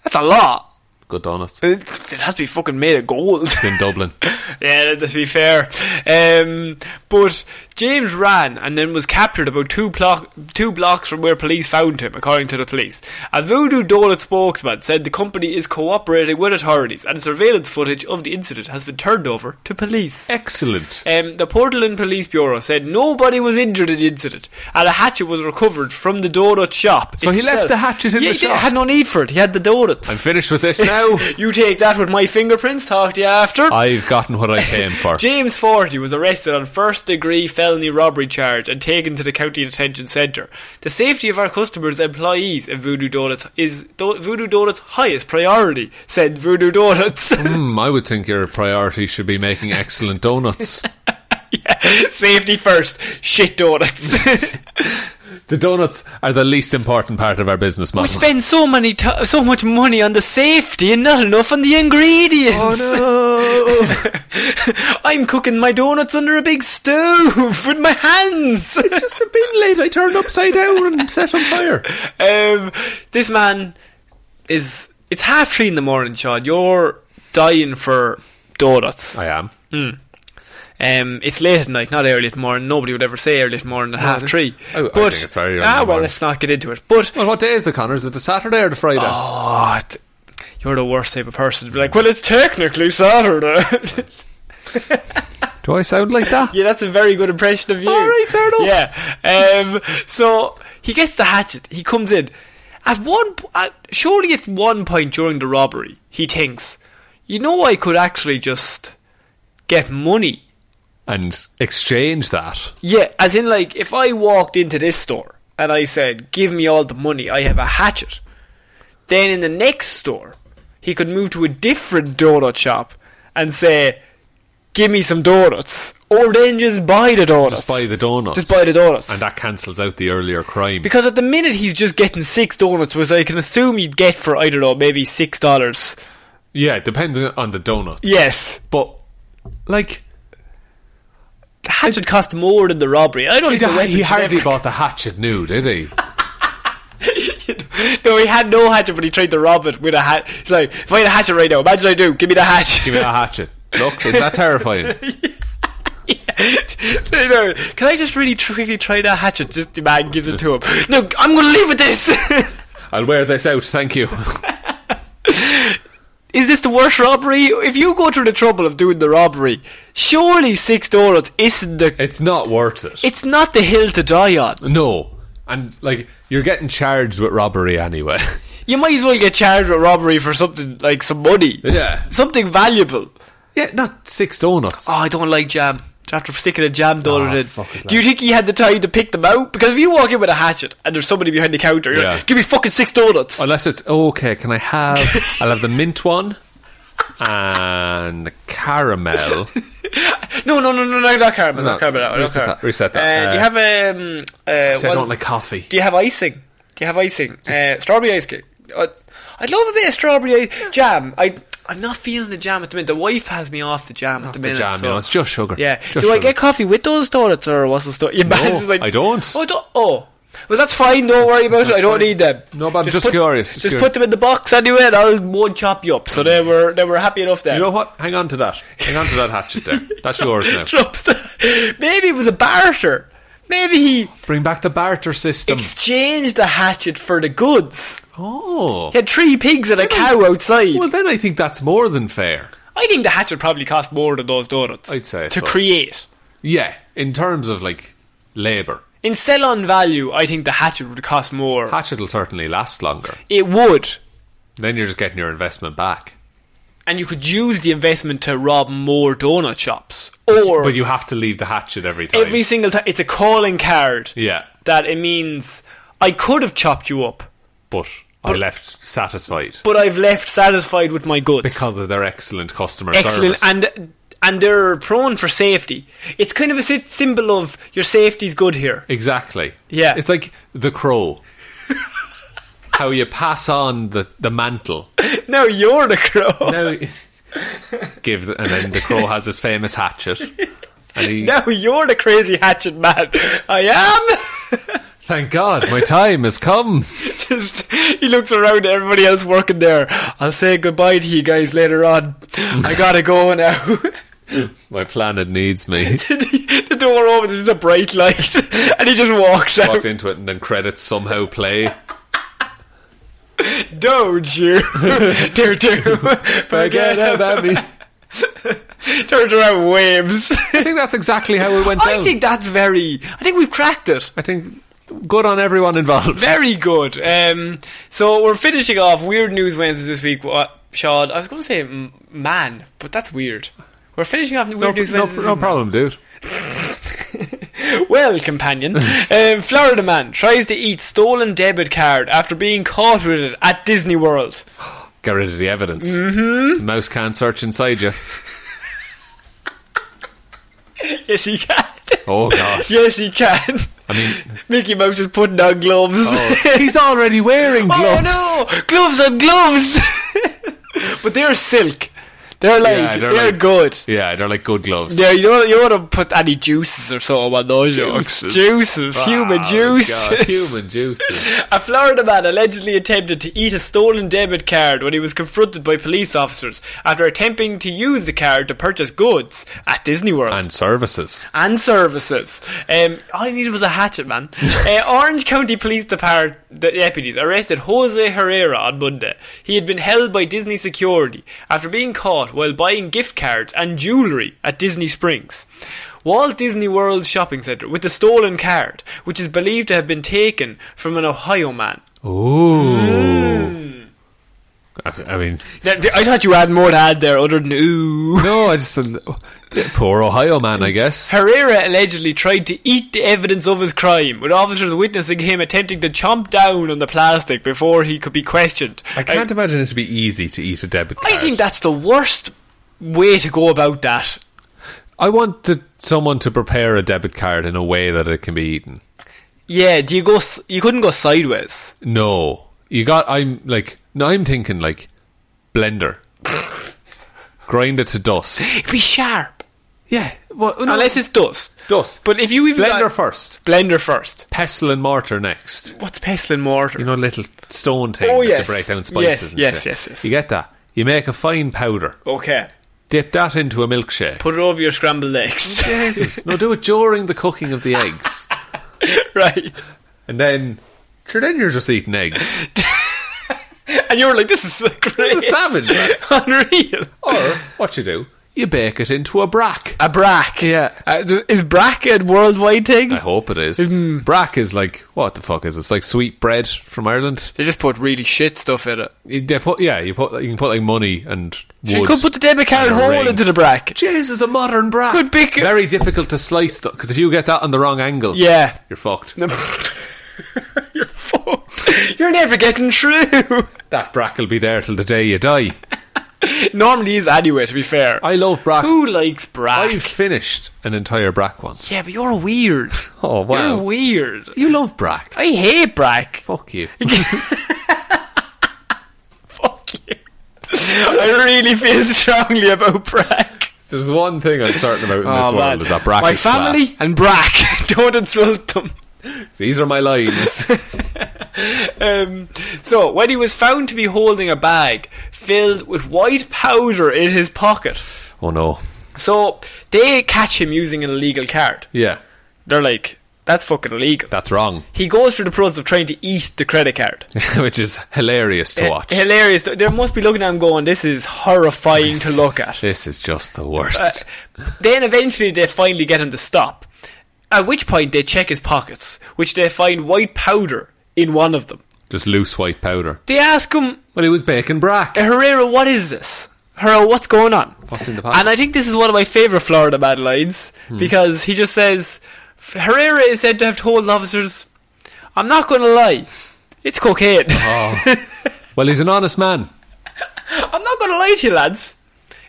That's a lot.
good donuts.
It it has to be fucking made of gold. (laughs)
in Dublin.
yeah, that- to be fair. Um, but James ran and then was captured about two, block, two blocks from where police found him, according to the police. A Voodoo Donut spokesman said the company is cooperating with authorities and surveillance footage of the incident has been turned over to police. (laughs)
Excellent.
Um, the Portland Police Bureau said nobody was injured in the incident, and a hatchet was recovered from the donut shop.
So he left the hatchet in
yeah,
the
he did-
shop.
had no need for it. He had the donuts.
I'm finished with this now.
(laughs) you take that with my fingerprints. Talk to you after.
(laughs) I've gotten what I came for.
James Forty was arrested on first degree felony robbery charge and taken to the county detention centre. The safety of our customers and employees at Voodoo Donuts is Do- Voodoo Donuts' highest priority, said Voodoo Donuts. (laughs)
Hmm, I would think your priority should be making
(laughs)
excellent donuts.
safety first, shit donuts.
(laughs) the donuts are the least important part of our business
We
model.
spend so many t- so much money on the safety and not enough on the ingredients.
Oh,
(laughs) I'm cooking my donuts under a big stove with my hands.
just a bin lid I turned upside down and set on fire.
um, this man is. It's half three in the morning, Sean. You're dying for donuts.
I am.
Um, it's late at night, not early at morning. Nobody would ever say early at morning at half three.
Oh, I-
but
I think it's very early in
ah,
the
well,
morning.
let's not get into it. But
Well, what day is it, Connor? Is it the Saturday or the Friday?
Oh,
Ah,
t- you're the worst type of person to be like, well, it's technically Saturday. (laughs)
Do I sound like that?
yeah, that's a very good impression of you.
All right, fair enough.
Yeah. Um, so he gets the hatchet. He comes in. At one, po- at, surely at one point during the robbery, he thinks, you know, I could actually just get money.
And exchange that.
Yeah, as in, like, if I walked into this store and I said, give me all the money, I have a hatchet, then in the next store, he could move to a different donut shop and say, give me some donuts. Or then just buy the donuts.
Just buy the donuts.
Just buy the donuts.
And that cancels out the earlier crime.
because at the minute he's just getting six donuts, which I can assume you'd get for, I don't know, maybe six dollars.
yeah, depending on the donut.
Yes.
But, like,
The hatchet cost more than the robbery. I don't
he,
think the weapon should
hardly
ever-
bought the hatchet new, did he?
(laughs) No, he had no hatchet, but he tried to rob it with a hat. It's like, if I had a hatchet right now, imagine I do. Give me the hatchet.
Give me that hatchet. Look, is
(laughs)
that terrifying?
No, no, Can I just really tr- quickly try that hatchet? Just the man gives it to him. No, I'm going to leave with this. (laughs)
I'll wear this out, thank you.
Is this the worst robbery? If you go through the trouble of doing the robbery, surely six donuts isn't the.
It's not worth it.
It's not the hill to die on.
no. And, like, you're getting charged with robbery anyway. (laughs)
You might as well get charged with robbery for something like some money.
Yeah.
Something valuable.
yeah, not six donuts.
Oh, I don't like jam. After sticking a jam donut
Ah,
in,
fuck it,
do you
lad.
think he had the time to pick them out? Because if you walk in with a hatchet and there's somebody behind the counter, you're
Yeah. Oh.
like, give me fucking six donuts.
Unless it's okay, can I have? I'll have the mint one and the
(laughs)
caramel.
No, no, no, no, no, not caramel.
No,
not caramel. No,
reset
caramel.
that, reset that.
Uh, do you
Uh,
have um? Uh,
See, I
what-
don't like coffee.
Do you have icing? Do you have icing? Uh, strawberry ice cream. Uh, I'd love a bit of strawberry i- jam. I I'm not feeling the jam at the minute. The wife has me off the jam at
Not
the
the
minute.
jam,
so-
you know, it's just sugar.
Yeah.
Just
Do I
sugar.
get coffee with those donuts or what's the story? (laughs) Yeah, Baz is like,
I don't.
Oh, don't, oh. Well, that's fine. Don't worry about it. I
That's
don't
fine.
need them.
No, but I'm just
put,
curious,
Just
just curious.
put them in the box anyway, and I'll one chop you up. So they were they were happy enough then.
You
(laughs)
know what? Hang on to that. Hang on to that hatchet there. That's yours now.
Drops the- maybe it was a barter. Maybe he
Bring back the barter system.
exchanged the hatchet for the goods.
oh.
He had three pigs and a cow outside.
Well, then I think that's more than fair.
I think the hatchet probably cost more than those donuts.
I'd say
to
so.
create
Yeah, in terms of like labour,
in sell-on value, I think the hatchet would cost more.
hatchet will certainly last longer.
it would,
Then you're just getting your investment back.
and you could use the investment to rob more donut shops, or
But you have to leave the hatchet every time.
every single time it's a calling card
yeah,
that it means I could have chopped you up,
but, I left satisfied
but I've left satisfied with my goods
because of their excellent customer
excellent
service.
and and they're prone for safety. It's kind of a sy- symbol of your safety's good here.
exactly.
Yeah.
it's like the
(laughs)
crow. How you pass on the the mantle.
Now you're the crow. (laughs) Now,
(laughs) Now, give the, and then the crow has his famous hatchet. And he,
you're the crazy hatchet man. I am. (laughs)
thank God, my time has come.
Just, he looks around at everybody else working there. I'll say goodbye to you guys later on. I gotta go now. (laughs)
My planet needs me.
the door opens, there's a bright light, (laughs) and he just walks out.
walks into it and then credits somehow play.
Don't you
(laughs)
dare do forget about
me.
turns around waves.
I think that's exactly how it went
I
down.
think that's very. I think we've cracked it.
I think good on everyone involved.
Very good. Um, so we're finishing off weird news Wednesdays this week. What, Sean? I was going to say m- man, but that's weird. We're finishing off weird
no,
news
no,
Wednesdays.
no
with
problem, dude.
man. (laughs) Well, companion, um, Florida man tries to eat stolen debit card after being caught with it at Disney World.
Get rid of the evidence. Mm-hmm. The mouse can't search inside you.
Yes, he can. (laughs)
Oh god.
yes, he can.
I mean,
Mickey Mouse is putting on gloves.
oh, he's already wearing gloves.
(laughs) Oh no! Gloves on gloves! (laughs) but they're silk. They're like,
Yeah,
they're,
they're like-
good.
Yeah, they're like good gloves.
Yeah, you don't, you don't want to put any juices or so on those juices.
Juices.
Juices, human
Oh,
juices.
God, human
(laughs)
juices.
A Florida man allegedly attempted to eat a stolen debit card when he was confronted by police officers after attempting to use the card to purchase goods at Disney World.
and services.
and services. Um, all I needed was a hatchet, man. uh, Orange County Police Department deputies arrested Jose Herrera on Monday. He had been held by Disney security after being caught while buying gift cards and jewelry at Disney Springs. Walt Disney World Shopping Center with the stolen card, which is believed to have been taken from an Ohio man.
Ooh.
Mm.
I, I mean,
Now, th- I thought you had more to add there other than ooh.
no, I just uh, poor Ohio man, I guess.
Herrera allegedly tried to eat the evidence of his crime, with officers witnessing him attempting to chomp down on the plastic before he could be questioned.
I can't imagine it to be easy to eat a debit
I
card.
think that's the worst way to go about that.
I want to, someone to prepare a debit card in a way that it can be eaten.
Yeah, do you go? s- You couldn't go sideways.
No, you got. I'm like. No, I'm thinking like blender, grind it to dust.
It'd be sharp,
(gasps) Yeah, well, no,
unless it's dust.
dust.
But if you even
blender
got-
first,
blender first.
pestle and mortar next.
What's pestle and mortar?
You know, the little stone thing
Oh,
that
yes.
to break down spices.
Yes,
and
yes,
shit.
yes, yes.
You get that. You make a fine powder.
okay,
Dip that into a milkshake.
put it over your scrambled eggs. (laughs)
Jesus, no, do it during the cooking of the eggs,
right,
and then. Sure, then you're just eating eggs.
and you're like, this is so great, (laughs)
It's a savage. lads.
unreal.
Or what you do, you bake it into a brack.
A brack,
Yeah.
Uh, is brack a worldwide thing?
I hope it is. Brack is like what the fuck is it? It's like sweet bread from Ireland.
They just put really shit stuff in it.
You- They put yeah, you put you can put like money and wood.
So you could put the debit card
and a
hole
ring.
into the bracket.
Jesus, a modern brack.
Could be-
very difficult to slice though, because if you get that on the wrong angle,
Yeah.
you're fucked.
(laughs) You're fucked. You're never getting through. (laughs)
That brack will be there till the day you die.
Normally is anyway, to be fair.
I love brack.
Who likes brack?
I finished an entire brack once.
Yeah, but you're weird.
Oh (laughs) wow,
You're weird.
you love brack.
I hate (laughs)
(laughs)
brack.
Fuck you.
Fuck you. I really feel strongly about Brack.
There's one thing I'm certain about in this
Oh,
world
man.
is that Brack
My
is
family
class.
and Brack. (laughs) Don't insult them.
These are my (laughs) lines.
Um, so, when he was found to be holding a bag filled with white powder in his pocket,
oh no.
so they catch him using an illegal card.
Yeah,
They're like, that's fucking illegal.
that's wrong.
he goes through the process of trying to eat the credit card.
(laughs) Which is hilarious to watch.
H- Hilarious. They must be looking at him going, this is horrifying to look at. Uh,
This is just the worst.
eh, Then eventually they finally get him to stop. At which point they check his pockets, which they find white powder in one of them.
just loose white powder.
They ask him,
Well, it was bacon brack.
Herrera, what is this? Herrera, what's going on?
What's in the pocket?
And I think this is one of my favourite Florida man lines
Hmm.
because he just says, "F- Herrera is said to have told officers, I'm not going to lie, it's cocaine.
Well, he's an honest man.
(laughs) I'm not going to lie to you, lads,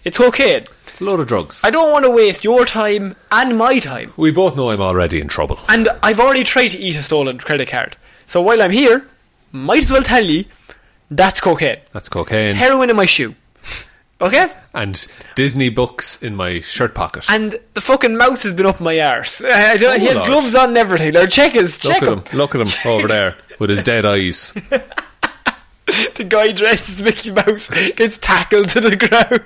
it's cocaine.
It's a load of drugs.
I don't want to waste your time and my time.
we both know I'm already in trouble.
And I've already tried to eat a stolen credit card. So while I'm here, might as well tell you that's cocaine.
That's cocaine.
Heroin in my shoe. Okay?
and Disney books in my shirt pocket.
And the fucking mouse has been up my arse. (laughs) I don't, he
Oh,
has
Lord.
gloves on and everything. Now check his.
look
check
at
him.
him. Look
(laughs)
at him over there with his dead eyes. (laughs)
(laughs) The guy dressed as Mickey Mouse gets tackled to the ground.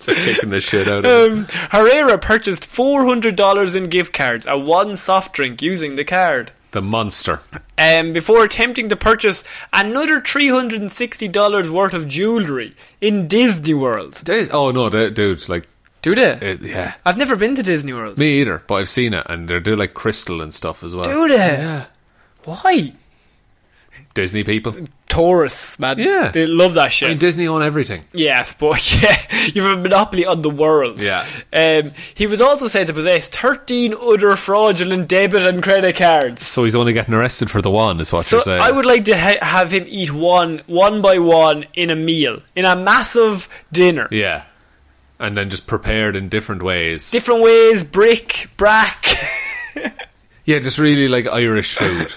kicking the shit out of him.
Um, Herrera purchased $400 in gift cards and one soft drink using the card.
The monster.
um, before attempting to purchase another $360 worth of jewellery in Disney World.
Dis- oh no, the- dude! Like,
Do they?
it, yeah,
I've never been to Disney World.
me either. But I've seen it, and they do like crystal and stuff as well.
Do they? Why?
Disney people.
Tourists, man.
Yeah.
They love that shit.
I mean, Disney own everything.
Yes, but (laughs) yeah, you have a monopoly on the world.
Yeah.
Um, he was also said to possess 13 other fraudulent debit and credit cards.
So he's only getting arrested for the one, is what
So
you're saying.
I would like to ha- have him eat one, one by one, in a meal, in a massive dinner.
Yeah, and then just prepared in different ways.
Different ways, brick, brack. (laughs)
yeah, just really like Irish food.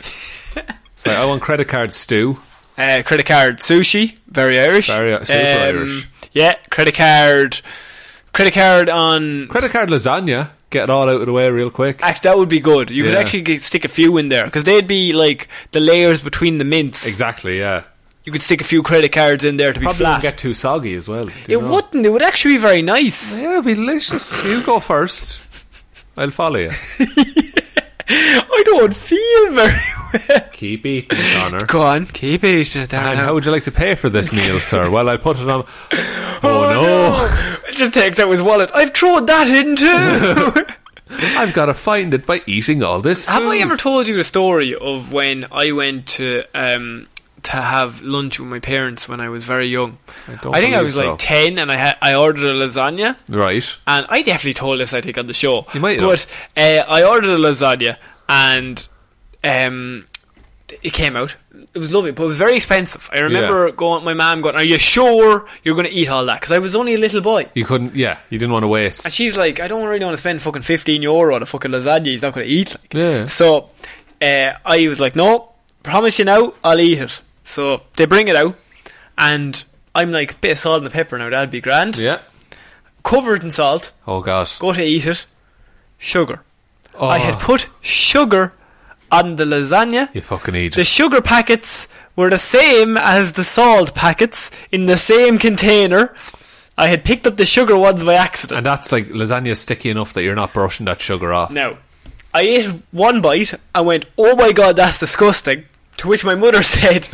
so I want credit card stew.
Uh, credit card sushi, very Irish. Um,
Very- uh, super Irish.
Yeah, credit card, credit card on.
Credit card lasagna. Get it all out of the way real quick.
Actually, that would be good. You could
Yeah.
actually get, stick a few in there because they'd be like the layers between the mints.
Exactly. Yeah.
You could stick a few credit cards in there to be
Probably
flat.
wouldn't get too soggy as well. do you
it
know?
wouldn't. It would actually be very nice.
(laughs) Yeah, it'd be delicious. You go first. I'll follow you.
I don't feel very well.
Keep eating, Connor.
Go on, keep eating it there.
And
now.
how would you like to pay for this meal, sir? Well, I'll put
(laughs)
it on. Oh, no.
no. It just takes out his wallet. I've thrown that in
(laughs)
too.
I've got to find it by eating all this.
Have I
food.
ever told you the story of when I went to um, to have lunch with my parents when I was very young? I,
don't
think I
believe
was
so.
like ten, and I had I ordered a lasagna,
Right.
and I definitely told this I think on the show.
You might have.
but uh, I ordered a lasagna, and um, it came out. It was lovely, but it was very expensive. I remember
Yeah.
going, my mum going, "Are you sure you're going to eat all that?" Because I was only a little boy.
You couldn't. Yeah, you didn't want to waste.
And she's like, I don't really want to spend fucking 15 euro on a fucking lasagna he's not going to eat. Like.
Yeah.
So uh, I was like, no, promise you now, I'll eat it. So they bring it out, and I'm like, bit of salt and pepper now, that'd be grand.
yeah.
Covered in salt,
Oh gosh.
go to eat it. Sugar.
Oh,
I had put sugar on the lasagna.
you fucking eat.
The sugar packets were the same as the salt packets in the same container. I had picked up the sugar ones by accident.
and that's like lasagna sticky enough that you're not brushing that sugar off.
Now, I ate one bite and went, "Oh my god, that's disgusting." To which my mother (laughs) said,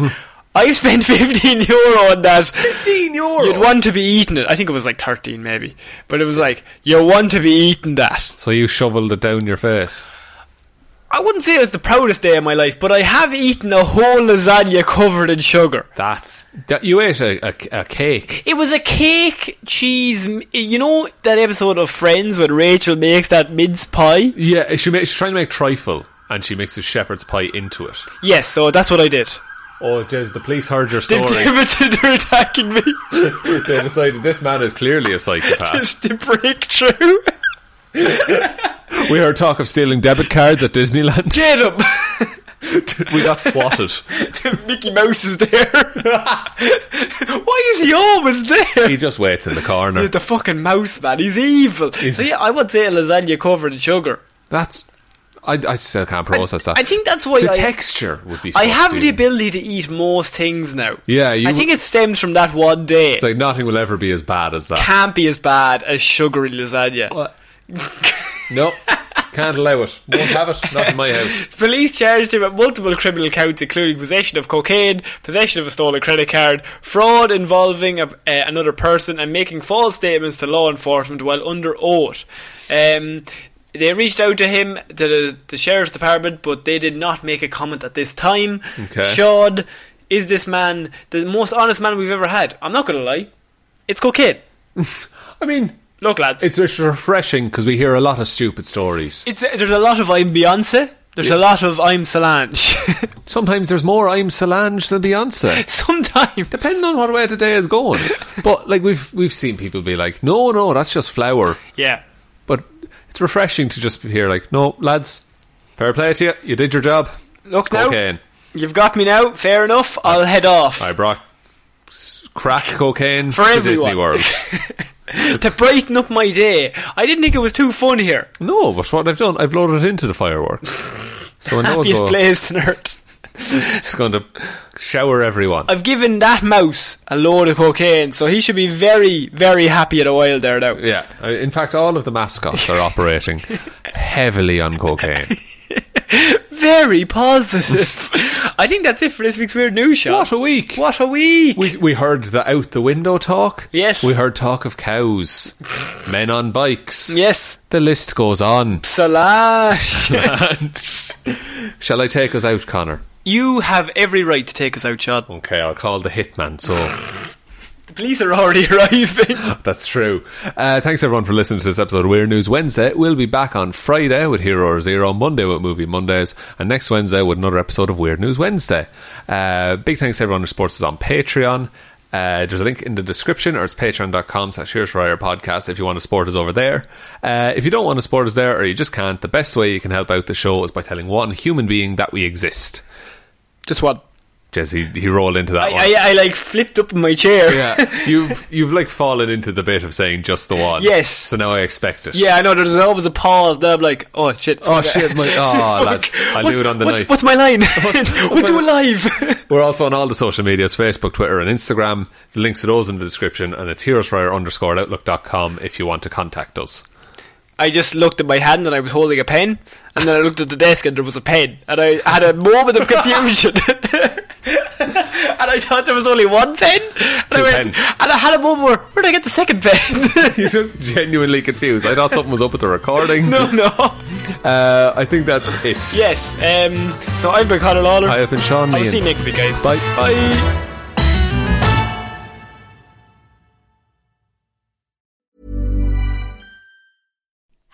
"I spent fifteen euro on that. Fifteen euro. You'd want to be eating it. I think it was like thirteen, maybe. But it was like you want to be eating that.
So you shoveled it down your face.
I wouldn't say it was the proudest day of my life, but I have eaten a whole lasagna covered in sugar.
That's that. You ate a, a, a cake.
It was a cake cheese. m- You know that episode of Friends when Rachel makes that mince pie.
Yeah, she ma- she's trying to make trifle, and she mixes shepherd's pie into it.
Yes, so that's what I did.
Oh, Jez, the police
(laughs)
heard your
They
story.
are attacking
(laughs)
me. (laughs)
they decided this man is clearly a
(laughs)
psychopath.
is the breakthrough.
we heard talk of stealing debit cards at Disneyland.
Get him. (laughs)
(laughs) we got swatted.
Mickey Mouse is there. (laughs) Why is he always there?
He just waits in
(laughs)
the corner.
the fucking mouse man, he's evil. so yeah, I would say a lasagna covered in sugar.
That's. I, I still can't process that.
I think that's why
the
I-
texture would be.
I have the
fucked in.
ability to eat most things now.
Yeah, you
I think it stems from that one day.
It's like nothing will ever be as bad as that.
Can't be as bad as sugary lasagna.
(laughs) no, can't allow it. Won't have it. Not in my house.
Police charged him with multiple criminal counts, including possession of cocaine, possession of a stolen credit card, fraud involving a, uh, another person, and making false statements to law enforcement while under oath. Um, they reached out to him, to the, the sheriff's department, but they did not make a comment at this time.
Okay.
Sean, is this man the most honest man we've ever had? I'm not going to lie. It's cocaine.
I mean,
Look, lads.
it's just refreshing because we hear a lot of stupid stories.
it's there's a lot of I'm Beyonce. There's a lot of I'm Solange. (laughs)
Sometimes there's more I'm Solange than Beyonce.
Sometimes.
Depending on what way the day is going. But like we've we've seen people be like, no, no, that's just flour.
Yeah.
But it's refreshing to just hear like, no, lads, fair play to you. You did your job.
Look now.
Cocaine.
You've got me now. Fair enough. I'll head off.
I brought s- crack cocaine
For
to Disney
everyone.
World.
(laughs) To brighten up my day. I didn't think it was too fun here.
No, but what I've done, I've loaded it into
(laughs)
the fireworks. So I know it's
Happiest
going-
place on earth.
it's going to shower everyone.
I've given that mouse a load of cocaine, so he should be very, very happy at a while there now.
yeah, I- in fact, all of the mascots are
(laughs)
operating heavily on cocaine.
Very positive. (laughs) I think that's it for this week's weird news show.
What a week!
(laughs) What a week!
We, we heard the out the window talk.
Yes.
We heard talk of cows, men on bikes.
yes,
The list goes on.
Solange.
Shall I take us out, Connor?
you have every right to take us out, Sean.
Okay, I'll call the hitman. So.
The police are already (laughs) arriving.
(laughs) That's true. Uh, thanks everyone for listening to this episode of Weird News Wednesday. We'll be back on Friday with Hero or Zero, Monday with Movie Mondays, and next Wednesday with another episode of Weird News Wednesday. Uh, big thanks to everyone who supports us on Patreon. Uh, there's a link in the description or it's patreon.com slash Here's for Hire podcast if you want to support us over there. Uh, if you don't want to support us there or you just can't, the best way you can help out the show is by telling one human being that we exist.
Just one.
Jesse, he rolled into that
I,
one.
I, I like flipped up in my chair. (laughs)
Yeah, you've you've like fallen into the bit of saying just the one.
Yes.
So now I expect it.
Yeah, I know. There's always a pause. Then I'm like, oh shit. it's
Oh,
my- (laughs)
shit, my- oh,
Fuck.
lads, I
What-
knew it on the
what-
night.
What's my
(laughs)
line? (laughs) we'll
my
do it
li-
live.
(laughs) We're also on all the social medias Facebook, Twitter, and Instagram. The links to those in the description, and it's heroesfire underscore at outlook.com if you want to contact us.
I just looked at my hand and I was holding a pen, and then I looked at the desk and there was a pen, and I had a moment of confusion. (laughs) And I thought there was only one pen. And, I
Two
went,
pen.
and I had a moment where, where did I get the second
(laughs)
pen?
You look genuinely confused. I thought something was up with the
(laughs)
recording.
no, no.
Uh, I think that's it.
Yes. Um, so I've been Conor Lawler.
I have been Sean
I'll
Meehan.
see you next week, guys.
Bye.
Bye.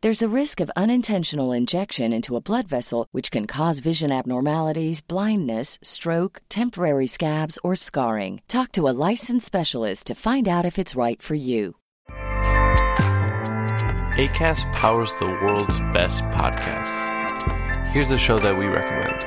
There's a risk of unintentional injection into a blood vessel, which can cause vision abnormalities, blindness, stroke, temporary scabs, or scarring. Talk to a licensed specialist to find out if it's right for you.
ACAST powers the world's best podcasts. Here's a show that we recommend.